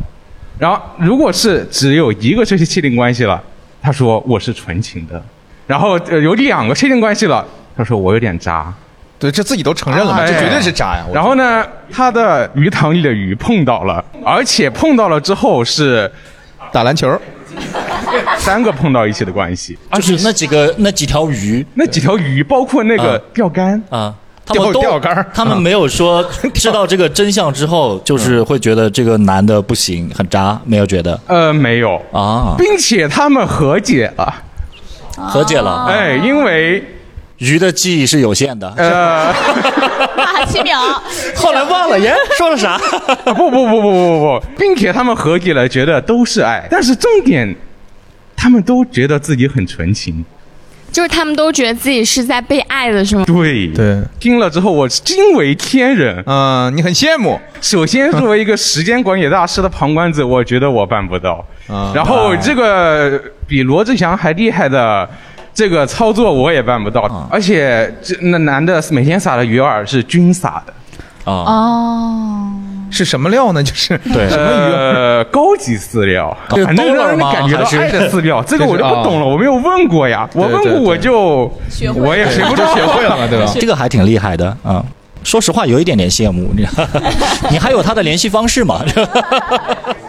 A: 然后，如果是只有一个确确定关系了，他说我是纯情的；然后、呃、有两个确定关系了，他说我有点渣。
C: 对，这自己都承认了嘛，
A: 哎
C: 这绝对是渣呀。我
A: 然后呢，他的鱼塘里的鱼碰到了，而且碰到了之后是
C: 打篮球，
A: 三个碰到一起的关系。
B: 就是那几个那几条鱼
A: 那几条鱼，包括那个
B: 啊
A: 钓竿，
B: 啊，他们都
C: 钓钓竿儿
B: 他们没
C: <laughs>
B: 有说知道这个真相之后，
C: 嗯
B: 就是会觉得这个男的不行，很渣，没有觉得
A: 呃，没有，
B: 啊，
A: 并且他们和解了。
B: 和解了。
A: 哎，因为
B: 鱼的记忆是有限的，
A: 呃，
E: 啊，七秒，
B: 后来忘了耶，说了啥？
A: 不啊不不不不不不，并且他们和解了，觉得都是爱，但是重点，他们都觉得自己很纯情。
D: 就是他们都觉得自己是在被爱的，是吗？
A: 对，
C: 对，
A: 听了之后我惊为天人。
C: 嗯，你很羡慕，
A: 首先，作为一个时间管理大师的旁观者，我觉得我办不到。
C: 啊
A: 然后，这个比罗志祥还厉害的这个操作我也办不到。
C: 啊
A: 而且，这那男的每天撒的鱼饵是均撒的，
C: 哦
B: 啊，
E: 哦，
C: 是什么料呢？就是 <laughs>
B: 对
C: 什么鱼啊？
A: 呃，高级饲料，
B: 高
A: 反正让
B: 高
A: 人
B: 了吗
A: 感觉到
B: 还是
A: 爱的饲料，这个我
H: 啊
A: 就不懂了，我没有问过呀，我问
C: 对对
A: 过我就
E: 学会了
A: 我也学
C: 对
A: 不
C: 就
A: 到，
C: 学会了嘛，对吧？啊
B: 这个还挺厉害的啊。说实话，有一点点羡慕你，
C: <laughs>
B: 你还有他的联系方式吗？
C: <laughs>
B: <laughs>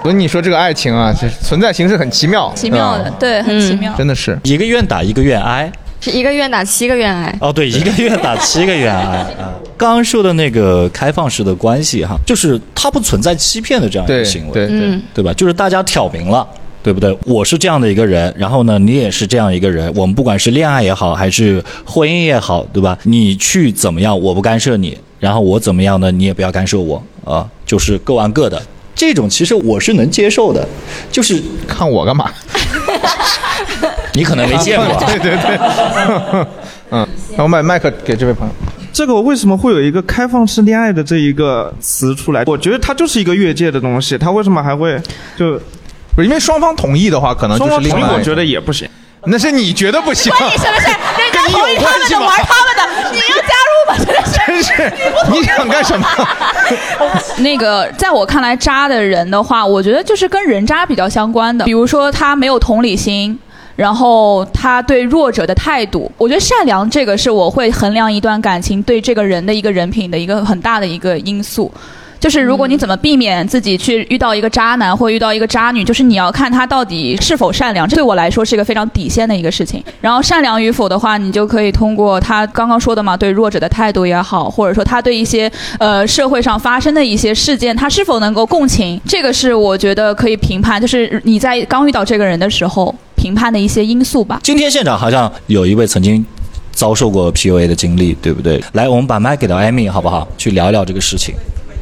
C: 所以你说这个爱情啊，这存在形式很奇妙，
E: 奇妙的，
C: 嗯
E: 对，很奇妙。
C: 真的是。
B: 一个愿打一个愿挨，
D: 是一个愿打七个愿挨。
B: 哦，对，一个愿打七个愿挨啊。刚刚说的那个开放式的关系哈，就是它不存在欺骗的这样一
C: 对
B: 个行为，
C: 对
E: 嗯
C: 对，
B: 对吧？就是大家挑明了。对不对？我是这样的一个人，然后呢，你也是这样一个人。我们不管是恋爱也好，还是婚姻也好，对吧？你去怎么样，我不干涉你；然后我怎么样呢，你也不要干涉我啊，就是各玩各的。这种其实我是能接受的，就是
C: 看我干嘛？，
B: 你可能没见过
C: <laughs> 啊对对对， <laughs> 嗯，那我把麦克给这位朋友。
H: <laughs> 这个为什么会有一个开放式恋爱的这一个词出来？我觉得它就是一个越界的东西，它为什么还会就
C: 不是因为双方同意的话，可
A: 啊
C: 能就
H: 双
C: 是
H: 方
C: 另
H: 同意？
C: 外。
H: 我觉得也不行。
C: 那是你觉得不行，
E: 关你什么事？人家
C: 跟你有
E: 同意他
C: 关
E: 们
C: 系
E: 的，
C: 吗
E: 玩他们的，你要加入吗？真的是。
C: 真 <laughs> 是你想干什么？
E: <laughs> 那个，在我看来，渣的人的话，我觉得就是跟人渣比较相关的，比如说他没有同理心。然后他对弱者的态度，我觉得善良这个是我会衡量一段感情对这个人的一个人品的一个很大的一个因素。就是如果你怎么避免自己去遇到一个渣男或遇到一个渣女，就是你要看他到底是否善良，这对我来说是一个非常底线的一个事情。然后善良与否的话，你就可以通过他刚刚说的嘛，对弱者的态度也好，或者说他对一些呃社会上发生的一些事件，他是否能够共情，这个是我觉得可以评判，就是你在刚遇到这个人的时候评判的一些因素吧。
B: 今天现场好像有一位曾经遭受过 PUA 的经历，对不对？来，我们把麦给到艾米，好不好？去聊一聊这个事情。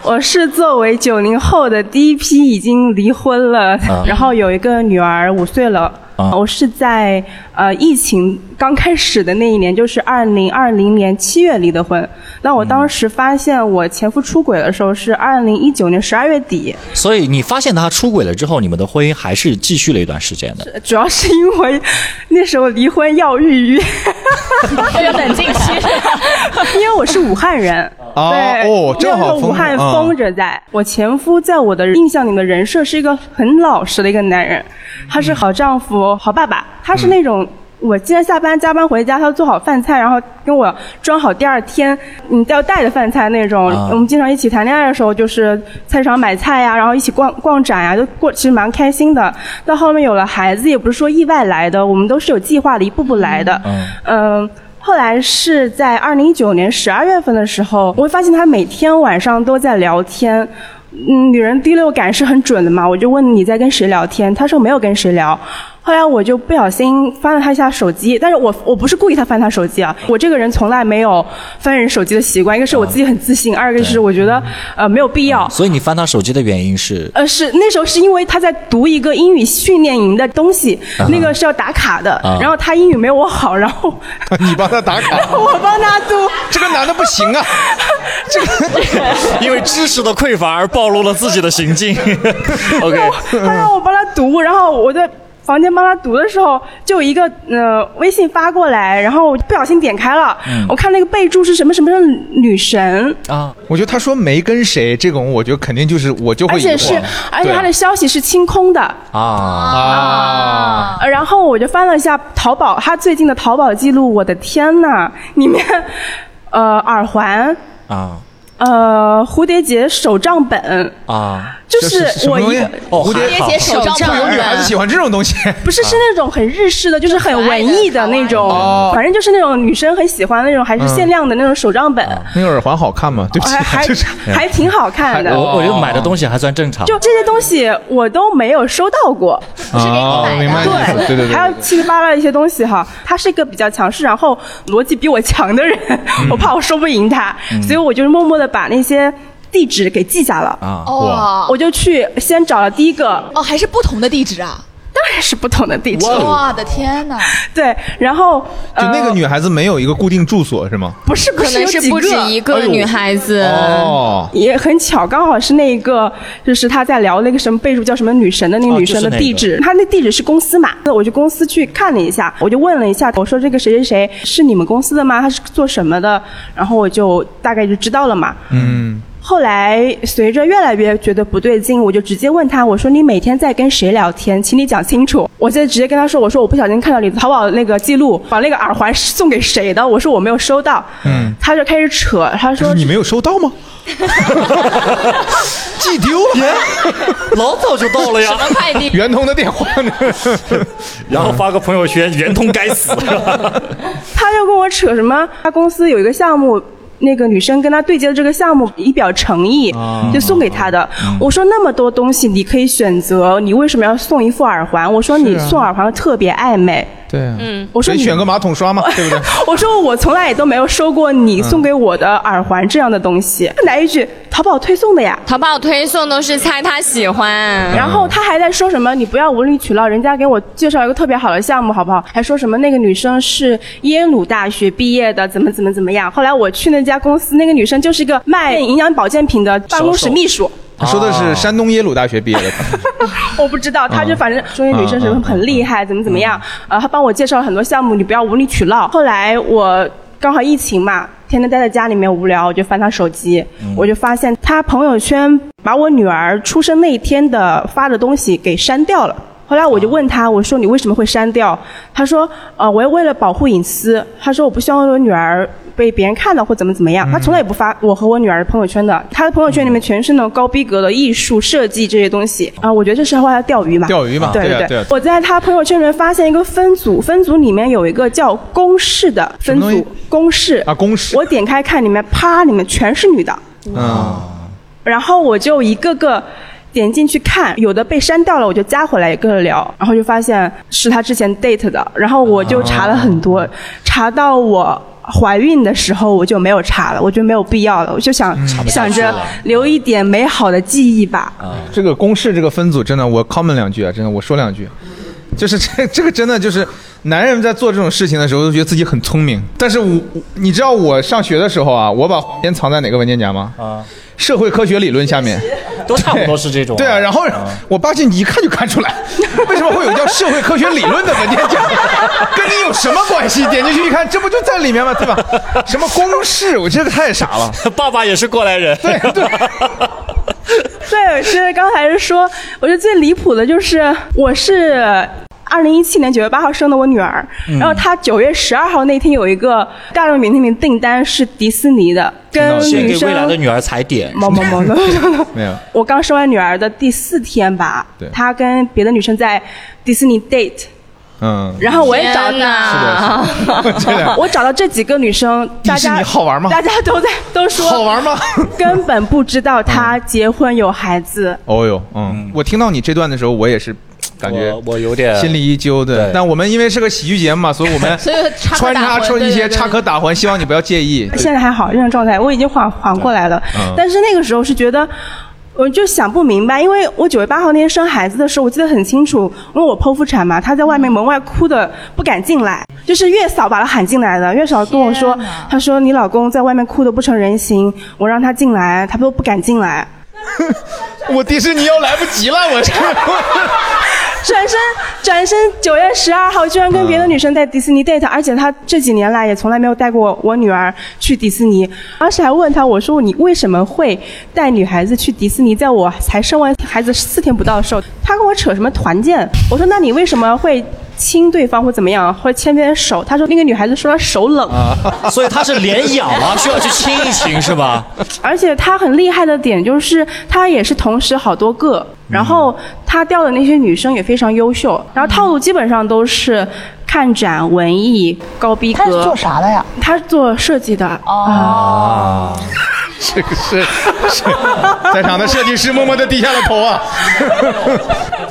I: 我是作为九零后的第一批已经离婚了，
B: 啊
I: <laughs> 然后有一个女儿五岁了。
B: 啊
I: 我是在呃疫情刚开始的那一年，就是二零二零年七月离的婚。那我当时发现我前夫出轨的时候是二零一九年十二月底，
B: 所以你发现他出轨了之后，你们的婚姻还是继续了一段时间的。
I: 主要是因为那时候离婚要预约，
E: <laughs> 要冷静期，
I: <laughs> 因为我是武汉人，
C: 哦
I: 对，
C: 哦正好
I: 有一个武汉封
C: <laughs>
I: 着在。我前夫在我的印象里的人设是一个很老实的一个男人，他是好丈夫、好爸爸，他
C: 嗯
I: 是那种。我今天下班加班回家，他做好饭菜，然后跟我装好第二天嗯要带的饭菜那种。
B: 啊
I: 我们经常一起谈恋爱的时候，就是菜市场买菜呀、然后一起逛逛展呀、就过其实蛮开心的。到后面有了孩子，也不是说意外来的，我们都是有计划的，一步步来的。
B: 嗯
I: 嗯，后来是在二零一九年十二月份的时候，我会发现他每天晚上都在聊天。嗯，女人第六感是很准的嘛，我就问你在跟谁聊天，他说没有跟谁聊。后来我就不小心翻了他一下手机，但是我我不是故意他翻他手机啊，我这个人从来没有翻人手机的习惯，一个是我自己很自信，二个是我觉得呃没有必要。
B: 嗯所以你翻他手机的原因是，
I: 呃，是那时候是因为他在读一个英语训练营的东西，那个是要打卡的，
B: 啊
I: 然后他英语没有我好，然后
C: 你帮他打卡，
I: <laughs> 我帮他
C: <laughs>
I: 读，
C: 这个男的不行啊，
B: <laughs> 因为知识的匮乏而暴露了自己的行径。OK，
I: 他让我帮他读，然后我在房间帮他读的时候，就有一个呃微信发过来，然后我不小心点开了，
C: 嗯
I: 我看那个备注是什么什么什么女神，
B: 啊，
C: 我觉得他说没跟谁这种，我觉得肯定就是我就会
I: 而
C: 疑惑，
I: 且是而且
C: 对
I: 他的消息是清空的，
B: 啊，
C: 啊，
I: 呃然后我就翻了一下淘宝，他最近的淘宝记录，我的天呐，里面呃耳环。
B: 啊，
I: 呃，蝴蝶结手账本，
B: 啊，
I: 就
C: 这是什
I: 我
C: 么东
I: 一
C: 西
I: 个
C: 哦蝴蝶
D: 蝴蝶结手
C: 会
D: 杖
C: 有女孩子喜欢这种东西？
I: 不是，是那种很日式的，就是很文艺的那种，反正就是那种女生很喜欢的那种，还是限量的那种手账本，
C: <laughs> 那个耳环好看嗯吗？对不起
I: 还，
C: <laughs>
I: 还
C: 就是哎
I: 还挺好看的。
C: 哦
B: 我我觉得买的东西还算正常。
I: 就这些东西我都没有收到过，
C: 哦，明白你意思，对对对，
I: 还有七七八八的一些东西哈，他是一个比较强势，然后逻辑比我强的人，
C: 嗯
I: 我怕我收不赢他，所以我就是默默的把那些地址给记下了。
B: 啊，
E: 哦
I: 我就去先找了第一个，
E: 哦，还是不同的地址啊！
I: 当然是不同的地址，
C: 哦
E: 我的
I: 嗯
E: 天哪！
I: 对，然后
C: 就那个
I: 呃
C: 女孩子没有一个固定住所是吗？
I: 不是不
D: 可
I: 是有
D: 能是
I: 几
D: 不止
I: 个
D: 一
B: 哎
D: 个女孩子。
I: 呃
C: 哦，
I: 也很巧，刚好是那一个，就是他在聊那个什么备注叫什么女神的那
B: 哦
I: 个女生的地
B: 就是
I: 址，他那地址是公司嘛，那我就公司去看了一下，我就问了一下，我说这个谁谁谁是你们公司的吗？他是做什么的？然后我就大概就知道了嘛。
C: 嗯，
I: 后来随着越来越觉得不对劲，我就直接问他，我说你每天在跟谁聊天，请你讲清楚。我就直接跟他说，我说我不小心看到你淘宝那个记录，把那个耳环是送给谁的？我说我没有收到。嗯，他就开始扯，他说
C: 你没有收到吗？寄丢了，
B: 老早就到了呀，
D: 快递
C: 圆通的电话呢？
B: 然后发个朋友圈，圆通该 <laughs> 死。
I: 他就跟我扯什么，他公司有一个项目。那个女生跟他对接的这个项目，以表诚意，
C: 啊
I: 就送给他的。
C: 嗯
I: 我说那么多东西你可以选择，你为什么要送一副耳环？我说你
C: 是啊
I: 送耳环特别暧昧。
C: <laughs> 对啊，
I: 我
C: 所
I: 说
C: 以
I: 你
C: 选个马桶 <laughs> 刷嘛，对不对？
I: 我说我从来也都没有收过
C: 嗯
I: 你送给我的耳环这样的东西。来一句淘宝推送的呀，
D: 淘宝推送都是猜他喜欢，
I: 然后他还在说什么你不要无理取闹，人家给我介绍一个特别好的项目好不好？还说什么那个女生是耶鲁大学毕业的，怎么怎么怎么样？后来我去那家公司，那个女生就是一个卖营养保健品的办公室秘书。
C: 他啊说的是山东耶鲁大学毕业的，
I: 我不知道，他就反正说那女生什
C: 嗯
I: 么很厉害，怎么怎么样，呃，他帮我介绍了很多项目，你不要无理取闹。后来我刚好疫情嘛，天天待在家里面无聊，我就翻他手机，
C: 嗯
I: 我就发现他朋友圈把我女儿出生那一天的发的东西给删掉了。后来我就问他，我说你为什么会删掉？他说，呃，我为了保护隐私。他说我不希望我女儿被别人看到或怎么怎么样。他从来也不发
C: 嗯
I: 我和我女儿的朋友圈的，他的朋友圈里面全是那种高逼格的艺术设计这些东西啊、我觉得这是后来钓鱼嘛，
C: 钓鱼嘛，
I: 对
C: 对啊
I: 对
C: 对啊。
I: 我在他朋友圈里面发现一个分组，分组里面有一个叫公式的分
C: 什么
I: 组
C: 东，
I: 公式
C: 啊公式
I: 我点开看里面，啪，里面全是女的，
C: 嗯，
I: 然后我就一个个。点进去看，有的被删掉了，我就加回来一个个聊，然后就发现是他之前 date 的，然后我就查了很多，
C: 嗯
I: 查到我怀孕的时候我就没有查了，我觉得没有必要了，我就想、
C: 嗯
I: 想着
B: 啊
I: 留一点美好的记忆吧。
C: 这个公式这个分组真的，我 comment 两句啊，真的我说两句，就是这这个真的就是男人在做这种事情的时候都觉得自己很聪明，但是我我你知道我上学的时候啊，我把先藏在哪个文件夹吗？
B: 啊，
C: 社会科学理论下面。
B: 都差不多是这种。
C: 对啊，然后我爸进去一看就看出来， <laughs> 为什么会有叫社会科学理论的文件夹？ <laughs> 跟你有什么关系？点进去一看，这不就在里面吗？对吧？ <laughs> 什么公式？我这个太傻了。
B: <laughs> 爸爸也是过来人。 <laughs> 对对。
I: <laughs> 对，是刚才是说，我觉得最离谱的就是我是。二零一七年九月八号生的我女儿，
C: 嗯
I: 然后她九月十二号那天有一个大众点评里的订单是迪士尼的，跟
B: 先
I: 女
B: 给
I: 生
B: 未来的女儿踩点。
I: 某某某的。
C: <laughs> 没有，
I: <laughs> 我刚生完女儿的第四天吧
C: 对，
I: 她跟别的女生在迪士尼 date，
C: 嗯，
I: 然后我也找
D: 天哪！
C: <laughs> 这样
I: 我找到这几个女生，
C: 迪
I: 大
C: 士
I: 家
C: 尼好玩吗
I: 大家都在都说
C: 好玩吗？
I: 根本不知道她结婚有孩子。
C: 哦哟，嗯，我听到你这段的时候，我也是感觉
B: 我我有点
C: 心里一揪的
B: 对。
C: 但我们因为是个喜剧节目嘛，所以我们
D: <laughs> 所以插科
C: 穿
D: 打
C: 插
D: 诨
C: 出
D: 对
C: 一些
D: 对对
C: 插科打诨，希望你不要介
D: <laughs>
C: 意。
I: 现在还好，这种状态我已经缓缓过来了。但是那个时候是觉得。我就想不明白，因为我九月八号那天生孩子的时候，我记得很清楚，因为我剖腹产嘛，她在外面门外哭的不敢进来，就是月嫂把她喊进来的。月嫂跟我说，她说你老公在外面哭的不成人形，我让他进来，他都不敢进来。
C: 我迪士尼要来不及了，我这。
I: 转身转身，九月十二号居然跟别的女生在迪士尼 date，、而且他这几年来也从来没有带过我女儿去迪士尼，当时还问他我说你为什么会带女孩子去迪士尼？在我才生完孩子四天不到的时候，他跟我扯什么团建，我说那你为什么会？亲对方或怎么样，或者牵别人手，他说那个女孩子说她手冷，
B: 所以他是脸痒啊，需要去亲一亲是吧？
I: 而且他很厉害的点就是他也是同时好多个，然后他钓的那些女生也非常优秀，然后套路基本上都是看展、文艺、高逼格。
J: 他是做啥的呀？
I: 他是做设计的。哦，
B: 啊，
C: 这个 <laughs> 是是，在场的设计师默默的低下了头啊。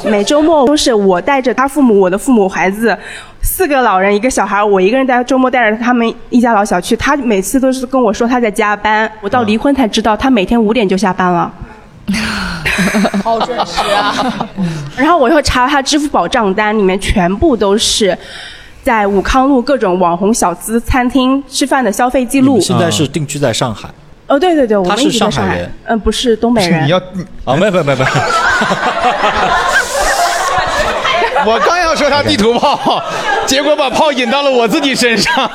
I: 每周末都是我带着他父母、我的父母、孩子。四个老人，一个小孩，我一个人带周末带着他们一家老小去。他每次都是跟我说他在加班，我到离婚才知道他每天五点就下班了。
J: <laughs> 好准时啊！
I: 然后我又查他支付宝账单，里面全部都是在武康路各种网红小资餐厅吃饭的消费记
B: 你
I: 录
B: 们。现在是定居在上海
I: 哦，对对对，我
B: 他
I: 们
B: 是
I: 一直在
B: 上海
I: 海。
B: 人
I: 嗯，不是东北人
C: 你。要，
B: 啊？没没没没，
C: 我刚要说他地图
I: <laughs>
C: 炮，结果把炮引到了我自己身上。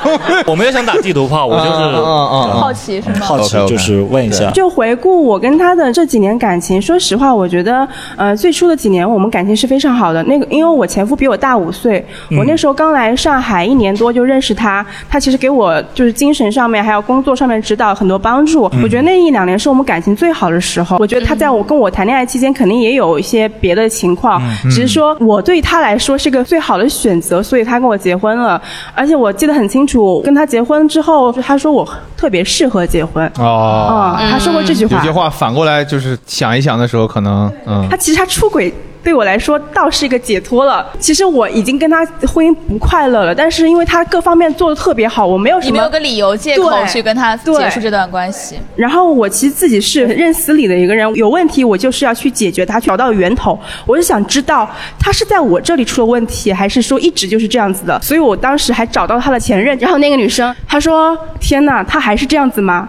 B: 我没有想打地图炮，我就是
C: 啊
E: 好奇是吗？
B: 好奇，
C: OK，OK
B: 就是问一下，
I: 就回顾我跟他的这几年感情，说实话，我觉得，呃，最初的几年我们感情是非常好的。那个，因为我前夫比我大五岁，我那时候刚来上海一年多就认识他，他其实给我就是精神上面还有工作上面指导很多帮助。我觉得那一两年是我们感情最好的时候。我觉得他在我跟我谈恋爱期间，肯定也有一些别的情况，只是说我对他来说是个最好的选择，所以他跟我结婚了。而且我记得很清楚，跟他结婚之后，他说我特别适合结婚。
C: <laughs> 哦，
I: 啊、他说过这句
C: 有
I: 话。
C: 些话反过来就是想一想的时候，可能嗯
I: 他，其实他出轨对我来说倒是一个解脱了。其实我已经跟他婚姻不快乐了，但是因为他各方面做的特别好，我没有
E: 你
I: 什
E: 没有
I: 么。
E: 个理由借口
I: 对
E: 去跟他
I: 对
E: 结束这段关系。
I: 然后我其实自己是很认死理的一个人，有问题我就是要去解决它，去找到源头。我是想知道他是在我这里出了问题，还是说一直就是这样子的。所以我当时还找到他的前任，然后那个女生她说：“天哪，他还是这样子吗？”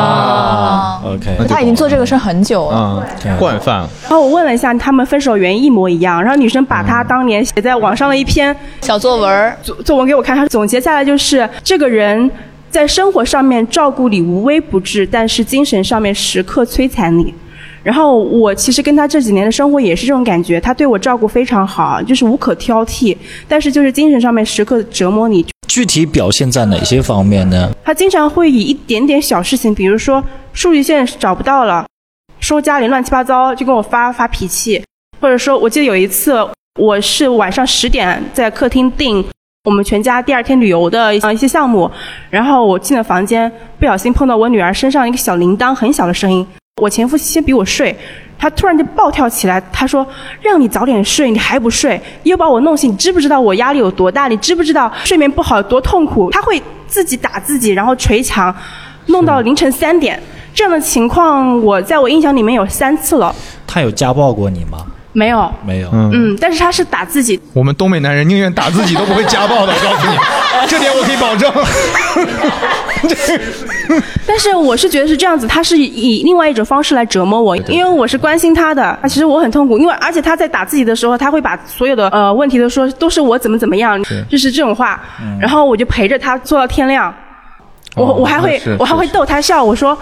B: 啊，OK，
E: 他已经做这个事儿很久了。
C: 嗯，惯犯了。
I: 然后我问了一下他们分手原因一模一样，然后女生把她当年写在网上的一篇
E: 小作文儿，
I: 作作文给我看，他总结下来就是这个人在生活上面照顾你无微不至，但是精神上面时刻摧残你。然后我其实跟他这几年的生活也是这种感觉，他对我照顾非常好，就是无可挑剔，但是就是精神上面时刻折磨你。
B: 具体表现在哪些方面呢？
I: 他经常会以一点点小事情，比如说数据线找不到了，说家里乱七八糟，就跟我发发脾气，或者说，我记得有一次我是晚上十点在客厅订我们全家第二天旅游的呃一些项目，然后我进了房间，不小心碰到我女儿身上一个小铃铛，很小的声音。我前夫先比我睡，他突然就暴跳起来，他说：“让你早点睡，你还不睡，又把我弄醒，你知不知道我压力有多大？你知不知道睡眠不好有多痛苦？”他会自己打自己，然后捶墙，弄到凌晨三点。这样的情况，我在我印象里面有三次了，
B: 他有家暴过你吗？
I: 没有。
B: 没有，
I: 嗯，但是他是打自己，
C: 我们东北男人宁愿打自己都不会家暴的，我告 <laughs> 诉你，这点我可以保证。
I: 但是我是觉得是这样子，他是以另外一种方式来折磨我，因为我是关心他的，啊其实我很痛苦，因为而且他在打自己的时候，他会把所有的呃问题都说都是我怎么怎么样，就是这种话，然后我就陪着他做到天亮，我
C: 嗯哦
I: 我还会
C: 是是
I: 我还会
C: 是
I: 逗他笑，我说。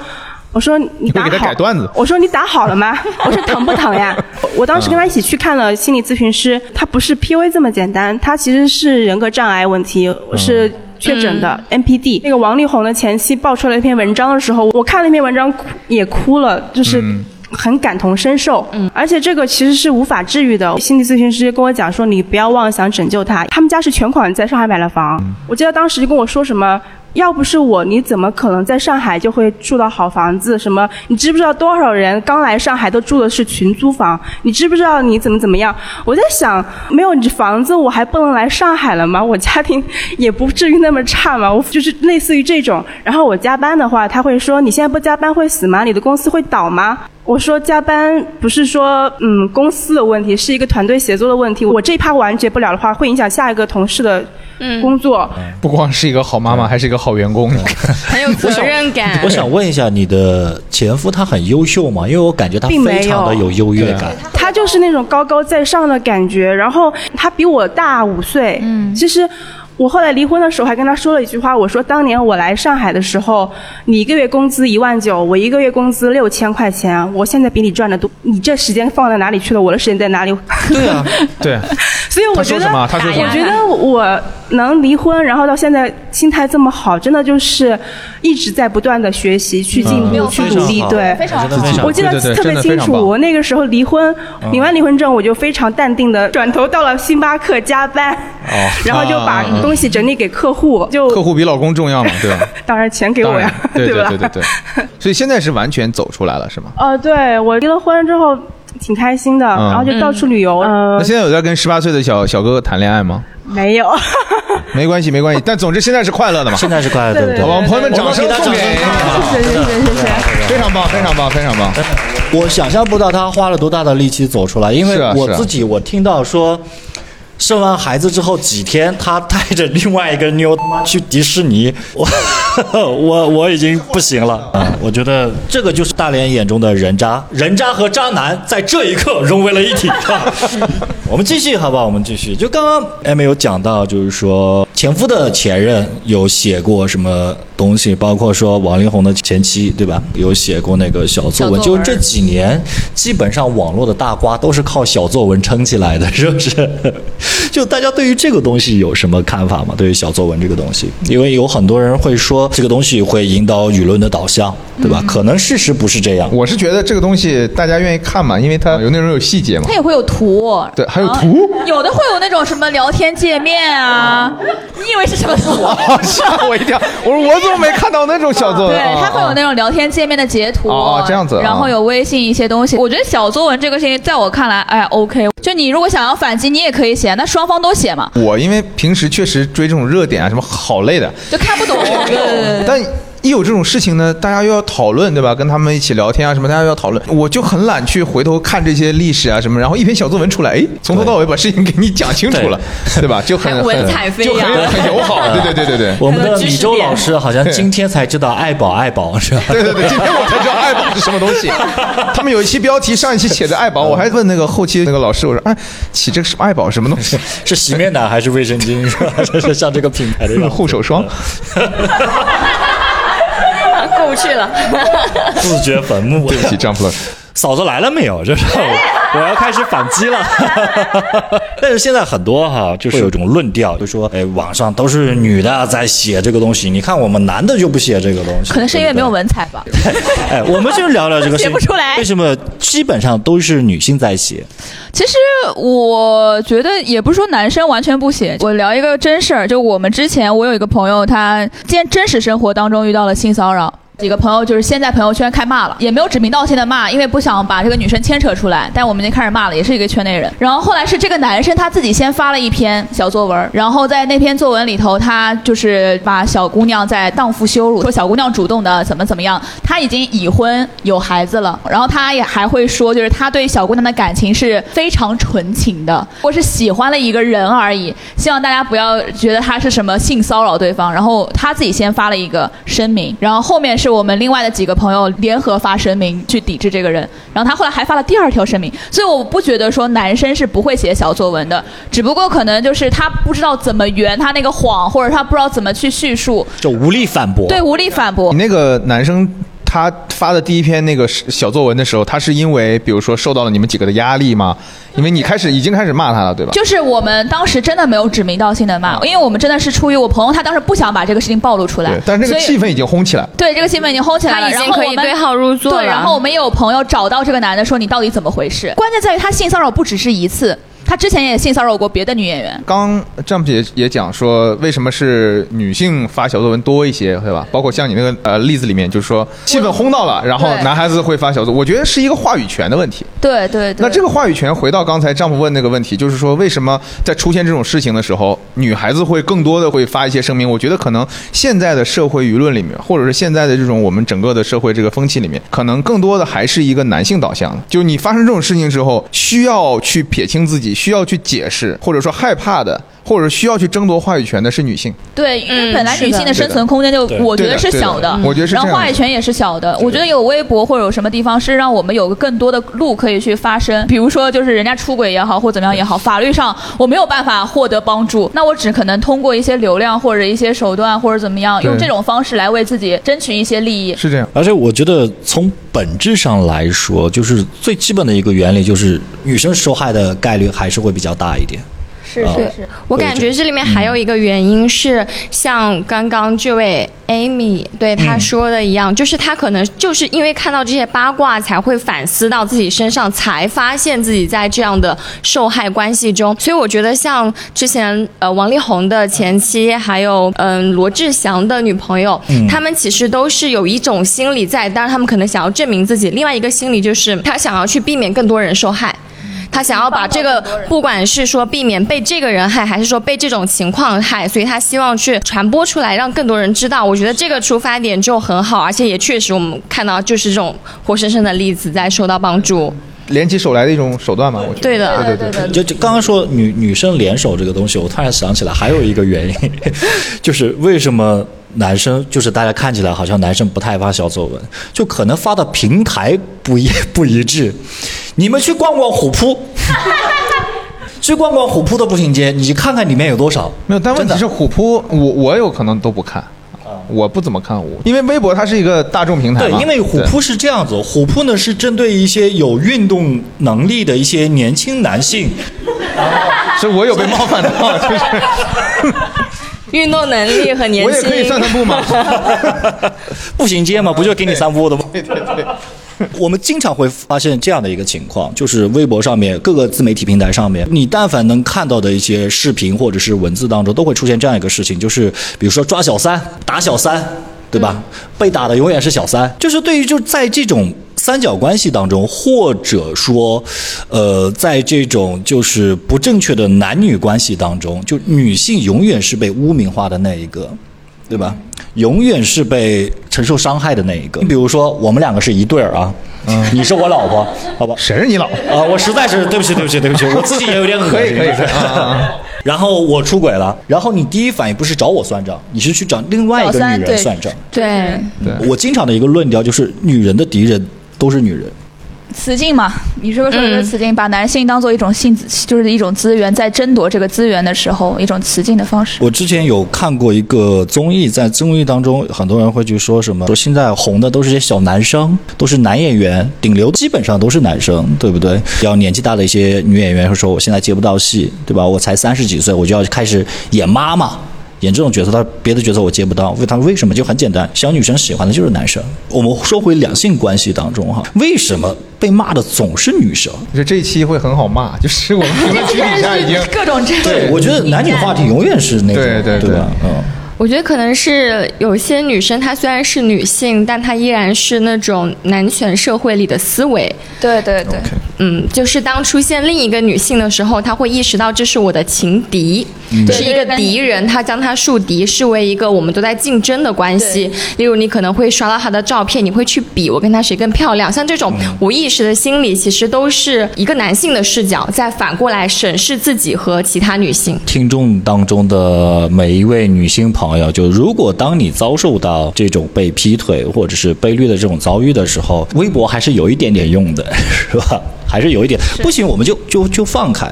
I: 我说你打
C: 会
I: 好，
C: 给他改段子
I: 我说你打好了吗？
C: <laughs>
I: 我说疼不疼呀？我我当时跟他一起去看了心理咨询师，他不是 PUA 这么简单，他其实是人格障碍问题，是确诊的 NPD。那个王力宏的前妻爆出来一篇文章的时候，我看了一篇文章哭也哭了，就是。很感同身受，嗯，而且这个其实是无法治愈的。心理咨询师跟我讲说，你不要妄想拯救他，他们家是全款在上海买了房。
C: 嗯
I: 我记得当时就跟我说什么，要不是我，你怎么可能在上海就会住到好房子？什么？你知不知道多少人刚来上海都住的是群租房？你知不知道你怎么怎么样？我在想，没有你房子，我还不能来上海了吗？我家庭也不至于那么差嘛。我就是类似于这种。然后我加班的话，他会说：“你现在不加班会死吗？你的公司会倒吗？”我说加班不是说嗯公司的问题，是一个团队协作的问题。我这一趴完结不了的话，会影响下一个同事的工作。
C: 不光是一个好妈妈，还是一个好员工。
D: 很有责任感
B: 我。想问一下，你的前夫他很优秀吗？因为我感觉他
I: 并没有
B: 非常的有优越感。
I: 他就是那种高高在上的感觉，然后他比我大五岁，嗯，其实。我后来离婚的时候还跟他说了一句话，我说当年我来上海的时候，你一个月工资一万九，我一个月工资六千块钱，我现在比你赚的多，你这时间放在哪里去了？我的时
C: <laughs>
I: 间在哪里？
B: 对啊，
C: 对。
I: 所以我
C: 他说
I: 觉得，
C: 什么他说什么
I: 我觉得我能离婚，然后到现在心态这么好，真的就是一直在不断的学习、去进
J: 嗯没
I: 步、
J: 有
I: 去
B: 啊
J: 放
I: 努
J: 弃
I: 力。对，
J: 非常好非常好
I: 我记得
J: 对对对
I: 特别
J: 真的非
I: 清
J: 常
I: 楚，
J: 棒
I: 我那个时候离婚，领完离婚证，我就非常淡定的转头到了星巴克加班，
C: 哦
I: <laughs> 然后就把
C: 嗯嗯嗯
I: 东西整理给客户，就
C: 客户比老公重要嘛，对
I: <laughs>
C: 吧？
I: 当然钱给我呀，
C: 对
I: <laughs>
C: 对
I: 吧？
C: 对对对。所以现在是完全走出来了，是吗？
I: 呃，对我离了婚之后挺开心的，
C: 嗯
I: 然后就到处旅游。呃
C: 那，现在有在跟十八岁的小小哥哥谈恋爱吗？
I: 没有。
C: 没关系，没关系。但总之现在是快乐的嘛。现
B: 在是快乐
I: 的对对对对
C: 好吧，我们朋友们掌声
B: 我们给他
C: 送给
B: 掌声
I: 谢谢谢谢谢谢。
C: 非常棒，非常棒，非常棒。
B: 我想象不到他花了多大的力气走出来，因为
C: 是啊
B: 我
C: 是啊
B: 自己我听到说，生完孩子之后几天，他带着另外一个妞他妈去迪士尼，我我我已经不行了啊！我觉得这个就是大连眼中的人渣，人渣和渣男在这一刻融为了一体。我们继续好不好？我们继续。就刚刚艾没有讲到，就是说前夫的前任有写过什么东西，包括说王力宏的前妻，对吧？有写过那个小作文。
K: 小作文
B: 就这几年，基本上网络的大瓜都是靠小作文撑起来的， <laughs> 是不是？就大家对于这个东西有什么看法吗？对于小作文这个东西，因为有很多人会说这个东西会引导舆论的导向，对吧？可能事实不是这样。
C: 我是觉得这个东西大家愿意看嘛，因为它有内容有细节嘛
E: 它。也会有图，
C: 对，还有
E: 然后
C: 图。 <laughs>
E: 有的会有那种什么聊天界面啊，你以为是什么
C: <laughs>
E: 图？
C: 吓我一跳！我说我怎么没看到那种小作文？啊
E: 对，它会有那种聊天界面的截图，
C: 哦哦这样子啊
E: 然后有微信一些东西。我觉得小作文这个事情，在我看来，哎，OK，就你如果想要反击，你也可以写，那双方都写嘛，
C: 我因为平时确实追这种热点啊，什么好累的，
E: 就看不
C: <laughs>
E: 懂。对对对对
C: 但一有这种事情呢，大家又要讨论，对吧？跟他们一起聊天啊，什么大家又要讨论，我就很懒去回头看这些历史啊什么，然后一篇小作文出来，哎，从头到尾把事情给你讲清楚了， <laughs> 对吧？就很
B: 还文采
C: 很
B: 飞
C: 就
B: 扬
C: 很很友 <laughs> 好，对对对对对。
B: 我们的米周老师好像今天才知道爱宝爱宝是吧？
C: 对对对，今天我才知道爱宝是什么东西。他们有一期标题，上一期写的爱宝，我还问那个后期那个老师，我说：“哎，起这个什么爱宝什么东西？
B: 是洗面奶还是卫生巾？是吧？这是像这个品牌的样
C: <laughs>
B: 子
C: 护手霜。
D: 过不去了。
B: 自掘坟墓。 <laughs> 对不
C: 起，张
E: <laughs>
C: 副老师。
B: 嫂子来了没有？这是
E: 哎
B: 我我要开始反击
E: <laughs>
B: 了。但是现在很多哈，就是有一种论调，就说哎，网上都是女的在写这个东西，你看我们男的就不写这个东西。
E: 可能是因为没有文采吧。
B: 哎，我们就聊聊这个事情。
E: <laughs> 写不出来
B: 为什么基本上都是女性在写？
E: 其实我觉得也不是说男生完全不写，我聊一个真事儿，就我们之前我有一个朋友，他今天真实生活当中遇到了性骚扰。几个朋友就是先在朋友圈开骂了，也没有指名道姓的骂，因为不想把这个女生牵扯出来。但我们已经开始骂了，也是一个圈内人。然后后来是这个男生他自己先发了一篇小作文，然后在那篇作文里头，他就是把小姑娘在荡妇羞辱，说小姑娘主动的怎么怎么样，他已经已婚有孩子了，然后他也还会说，就是他对小姑娘的感情是非常纯情的，我是喜欢了一个人而已。希望大家不要觉得他是什么性骚扰对方。然后他自己先发了一个声明，然后后面是我们另外的几个朋友联合发声明去抵制这个人。然后他后来还发了第二条声明，所以我不觉得说男生是不会写小作文的，只不过可能就是他不知道怎么圆他那个谎，或者他不知道怎么去叙述，
B: 就无力反驳。
E: 对，无力反驳。
C: 你那个男生他发的第一篇那个小作文的时候，他是因为比如说受到了你们几个的压力吗？因为你开始已经开始骂他了，对吧？
E: 就是我们当时真的没有指名道姓的骂，
D: 嗯
E: 因为我们真的是出于我朋友，他当时不想把这个事情暴露出来
C: 对，，但是那个
E: 所以
C: 气氛已经烘起来了。
E: 对，这个新闻已经轰起来了，
D: 他已经
E: 然后
D: 可以
E: 我们
D: 对号入座
E: 对，
D: 了
E: 然后我们也有朋友找到这个男的说你到底怎么回事？关键在于他性骚扰不只是一次，他之前也性骚扰过别的女演员。
C: 刚 Jump 也也讲说，为什么是女性发小作文多一些，对吧？包括像你那个呃例子里面，就是说气氛烘到了，然后
E: 对
C: 男孩子会发小作文，我觉得是一个话语权的问题。
E: 对对对。
C: 那这个话语权回到刚才丈夫问那个问题，就是说为什么在出现这种事情的时候，女孩子会更多的会发一些声明？我觉得可能现在的社会舆论里面，或者是现在的这种我们整个的社会这个风气里面，可能更多的还是一个男性导向的。就你发生这种事情之后，需要去撇清自己，需要去解释，或者说害怕的。或者需要去争夺话语权的是女性。
K: 对，因为
E: 嗯
K: 本来
E: 是
K: 女
E: 的
K: 性的生存空间就
C: 对的
K: 我觉得是
C: 对的
K: 小
C: 对的我觉得是
K: 然后
C: 这样
K: 话语
C: 的
K: 权也是小的。我觉得有微博或者有什么地方是让我们有更多的路可以去发声，比如说就是人家出轨也好或怎么样也好，法律上我没有办法获得帮助，那我只可能通过一些流量或者一些手段或者怎么样，用
B: 对
K: 这种方式来为自己争取一些利益。
C: 是这样。
B: 而且我觉得从本质上来说，就是最基本的一个原理，就是女生受害的概率还是会比较大一点。
D: 是
B: 啊
D: 是是，我
B: 对
D: 感
B: 这嗯
D: 觉这里面还有一个原因是，像刚刚这位 Amy 对
B: 嗯
D: 她说的一样，就是她可能就是因为看到这些八卦，才会反思到自己身上，才发现自己在这样的受害关系中。所以我觉得，像之前呃王力宏的前妻，还有嗯、罗志祥的女朋友，
J: 嗯
D: 他们其实都是有一种心理在，当然他们可能想要证明自己，另外一个心理就是他想要去避免更多人受害。他想要把这个，不管是说避免被这个人害，还是说被这种情况害，所以他希望去传播出来，让更多人知道。我觉得这个出发点就很好，而且也确实我们看到就是这种活生生的例子在受到帮助。
C: 联起手来的一种手段嘛，我觉得。
D: 对的，
C: 对对
B: 就就刚刚说女女生联手这个东西，我突然想起来还有一个原因， <laughs> 就是为什么男生就是大家看起来好像男生不太发小作文，就可能发的平台不一 <laughs> 不一致。你们去逛逛虎扑， <laughs> 去逛逛虎扑的步行街，你看看里面有多少。
C: 没有，但问题是虎扑，我我有可能都不看，我不怎么看我，啊因为微博它是一个大众平台
B: 对
C: 嘛，
B: 因为虎扑是这样子，虎扑呢是针对一些有运动能力的一些年轻男性。
C: 是我有被冒犯 <laughs> 到，就是
D: 运动能力很年轻，
B: 我也可以散散
C: <laughs>
B: 步嘛步行街嘛，不就给你散步的吗？啊对对对。 <laughs> 我们经常会发现这样的一个情况，就是微博上面各个自媒体平台上面，你但凡能看到的一些视频或者是文字当中，都会出现这样一个事情，就是比如说抓小三、打小三，对吧？被打的永远是小三。就是对于就在这种三角关系当中，或者说，呃，在这种就是不正确的男女关系当中，就女性永远是被污名化的那一个。对吧？永远是被承受伤害的那一个。你
C: 嗯
B: 比如说，我们两个是一对儿啊，你是我
C: <laughs>
B: 老婆，好吧？
C: 谁是你老婆
B: 啊？我实在是对不起，对不
C: <laughs>
B: 起，对不起，我自己也有点恶心。
C: 可以可以
B: 就是
C: 可以啊啊啊
B: 然后我出轨了，然后你第一反应不是找我算账，你是去找另外一个女人算账。
D: 对，
B: 我经常的一个论调就是，女人的敌人都是女人。
K: 雌竞嘛，你是不是说的是雌竞？把男性当做一种性子，就是一种资源，在争夺这个资源的时候，一种雌竞的方式。
B: 我之前有看过一个综艺，在综艺当中，很多人会去说什么，说现在红的都是些小男生，都是男演员，顶流基本上都是男生，对不对？比较年纪大的一些女演员会说，我现在接不到戏，对吧？我才三十几岁，我就要开始演妈妈。演这种角色，他别的角色我接不到，为他为什么就很简单，小女生喜欢的就是男生。我们说回两性关系当中哈，为什么被骂的总是女生？
C: 就这一期会很好骂，就是我们评论区底下已 <laughs> 经
K: 各种争
B: 对，我觉得男女话题永远是那种，对对对吧？嗯。
D: 我觉得可能是有些女生，她虽然是女性，但她依然是那种男权社会里的思维。
K: 对对对
D: 嗯，就是当出现另一个女性的时候，她会意识到这是我的情敌，
J: 嗯
D: 是一个敌人，她将她树敌视为一个我们都在竞争的关系。例如，你可能会刷到她的照片，你会去比我跟她谁更漂亮，像这种无意识的心理，其实都是一个男性的视角在反过来审视自己和其他女性。
B: 听众当中的每一位女性朋友，就如果当你遭受到这种被劈腿或者是被虐的这种遭遇的时候，微博还是有一点点用的，是吧？ <laughs> 还是有一点，不行我们就就就放开，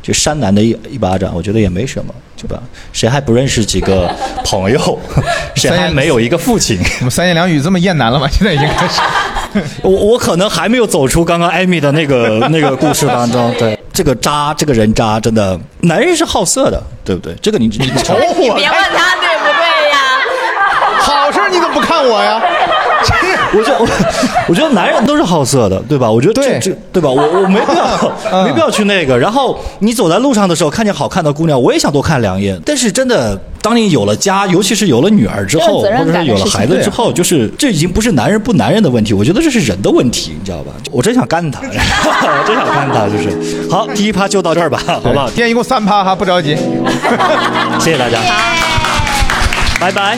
B: 就扇男的一一巴掌，我觉得也没什么，对吧？谁还不认识几个朋友？谁还没有一个父亲？ <laughs>
C: 我们三言两语这么厌男了吗？现在已经开始。
B: 我我可能还没有走出刚刚艾米的那个那个故事当中。对，这个渣，这个人渣，真的，男人是好色的，对不对？这个你你瞅我，
J: 你别问他对不对呀？
C: <laughs> 好事你怎么不看我呀？
B: 我就我 <laughs> 我觉得男人都是好色的，对吧？我觉得这这对吧？我我没必要没必要去那个。然后你走在路上的时候，看见好看的姑娘，我也想多看两眼。但是真的，当你有了家，尤其是有了女儿之后，
K: 这
B: 或
K: 种责任
B: 者
K: 感
B: 是
K: 的
B: 有了
K: 事情
B: 孩子之后，就是这已经不是男人不男人的问题，我觉得这是人的问题，你知道吧？我真想干
K: <laughs>
B: 他，我真想干他，就是好。第一趴就到这儿吧，好不好？
C: 今天一共三趴哈，不着急。
B: 谢谢大家，拜拜。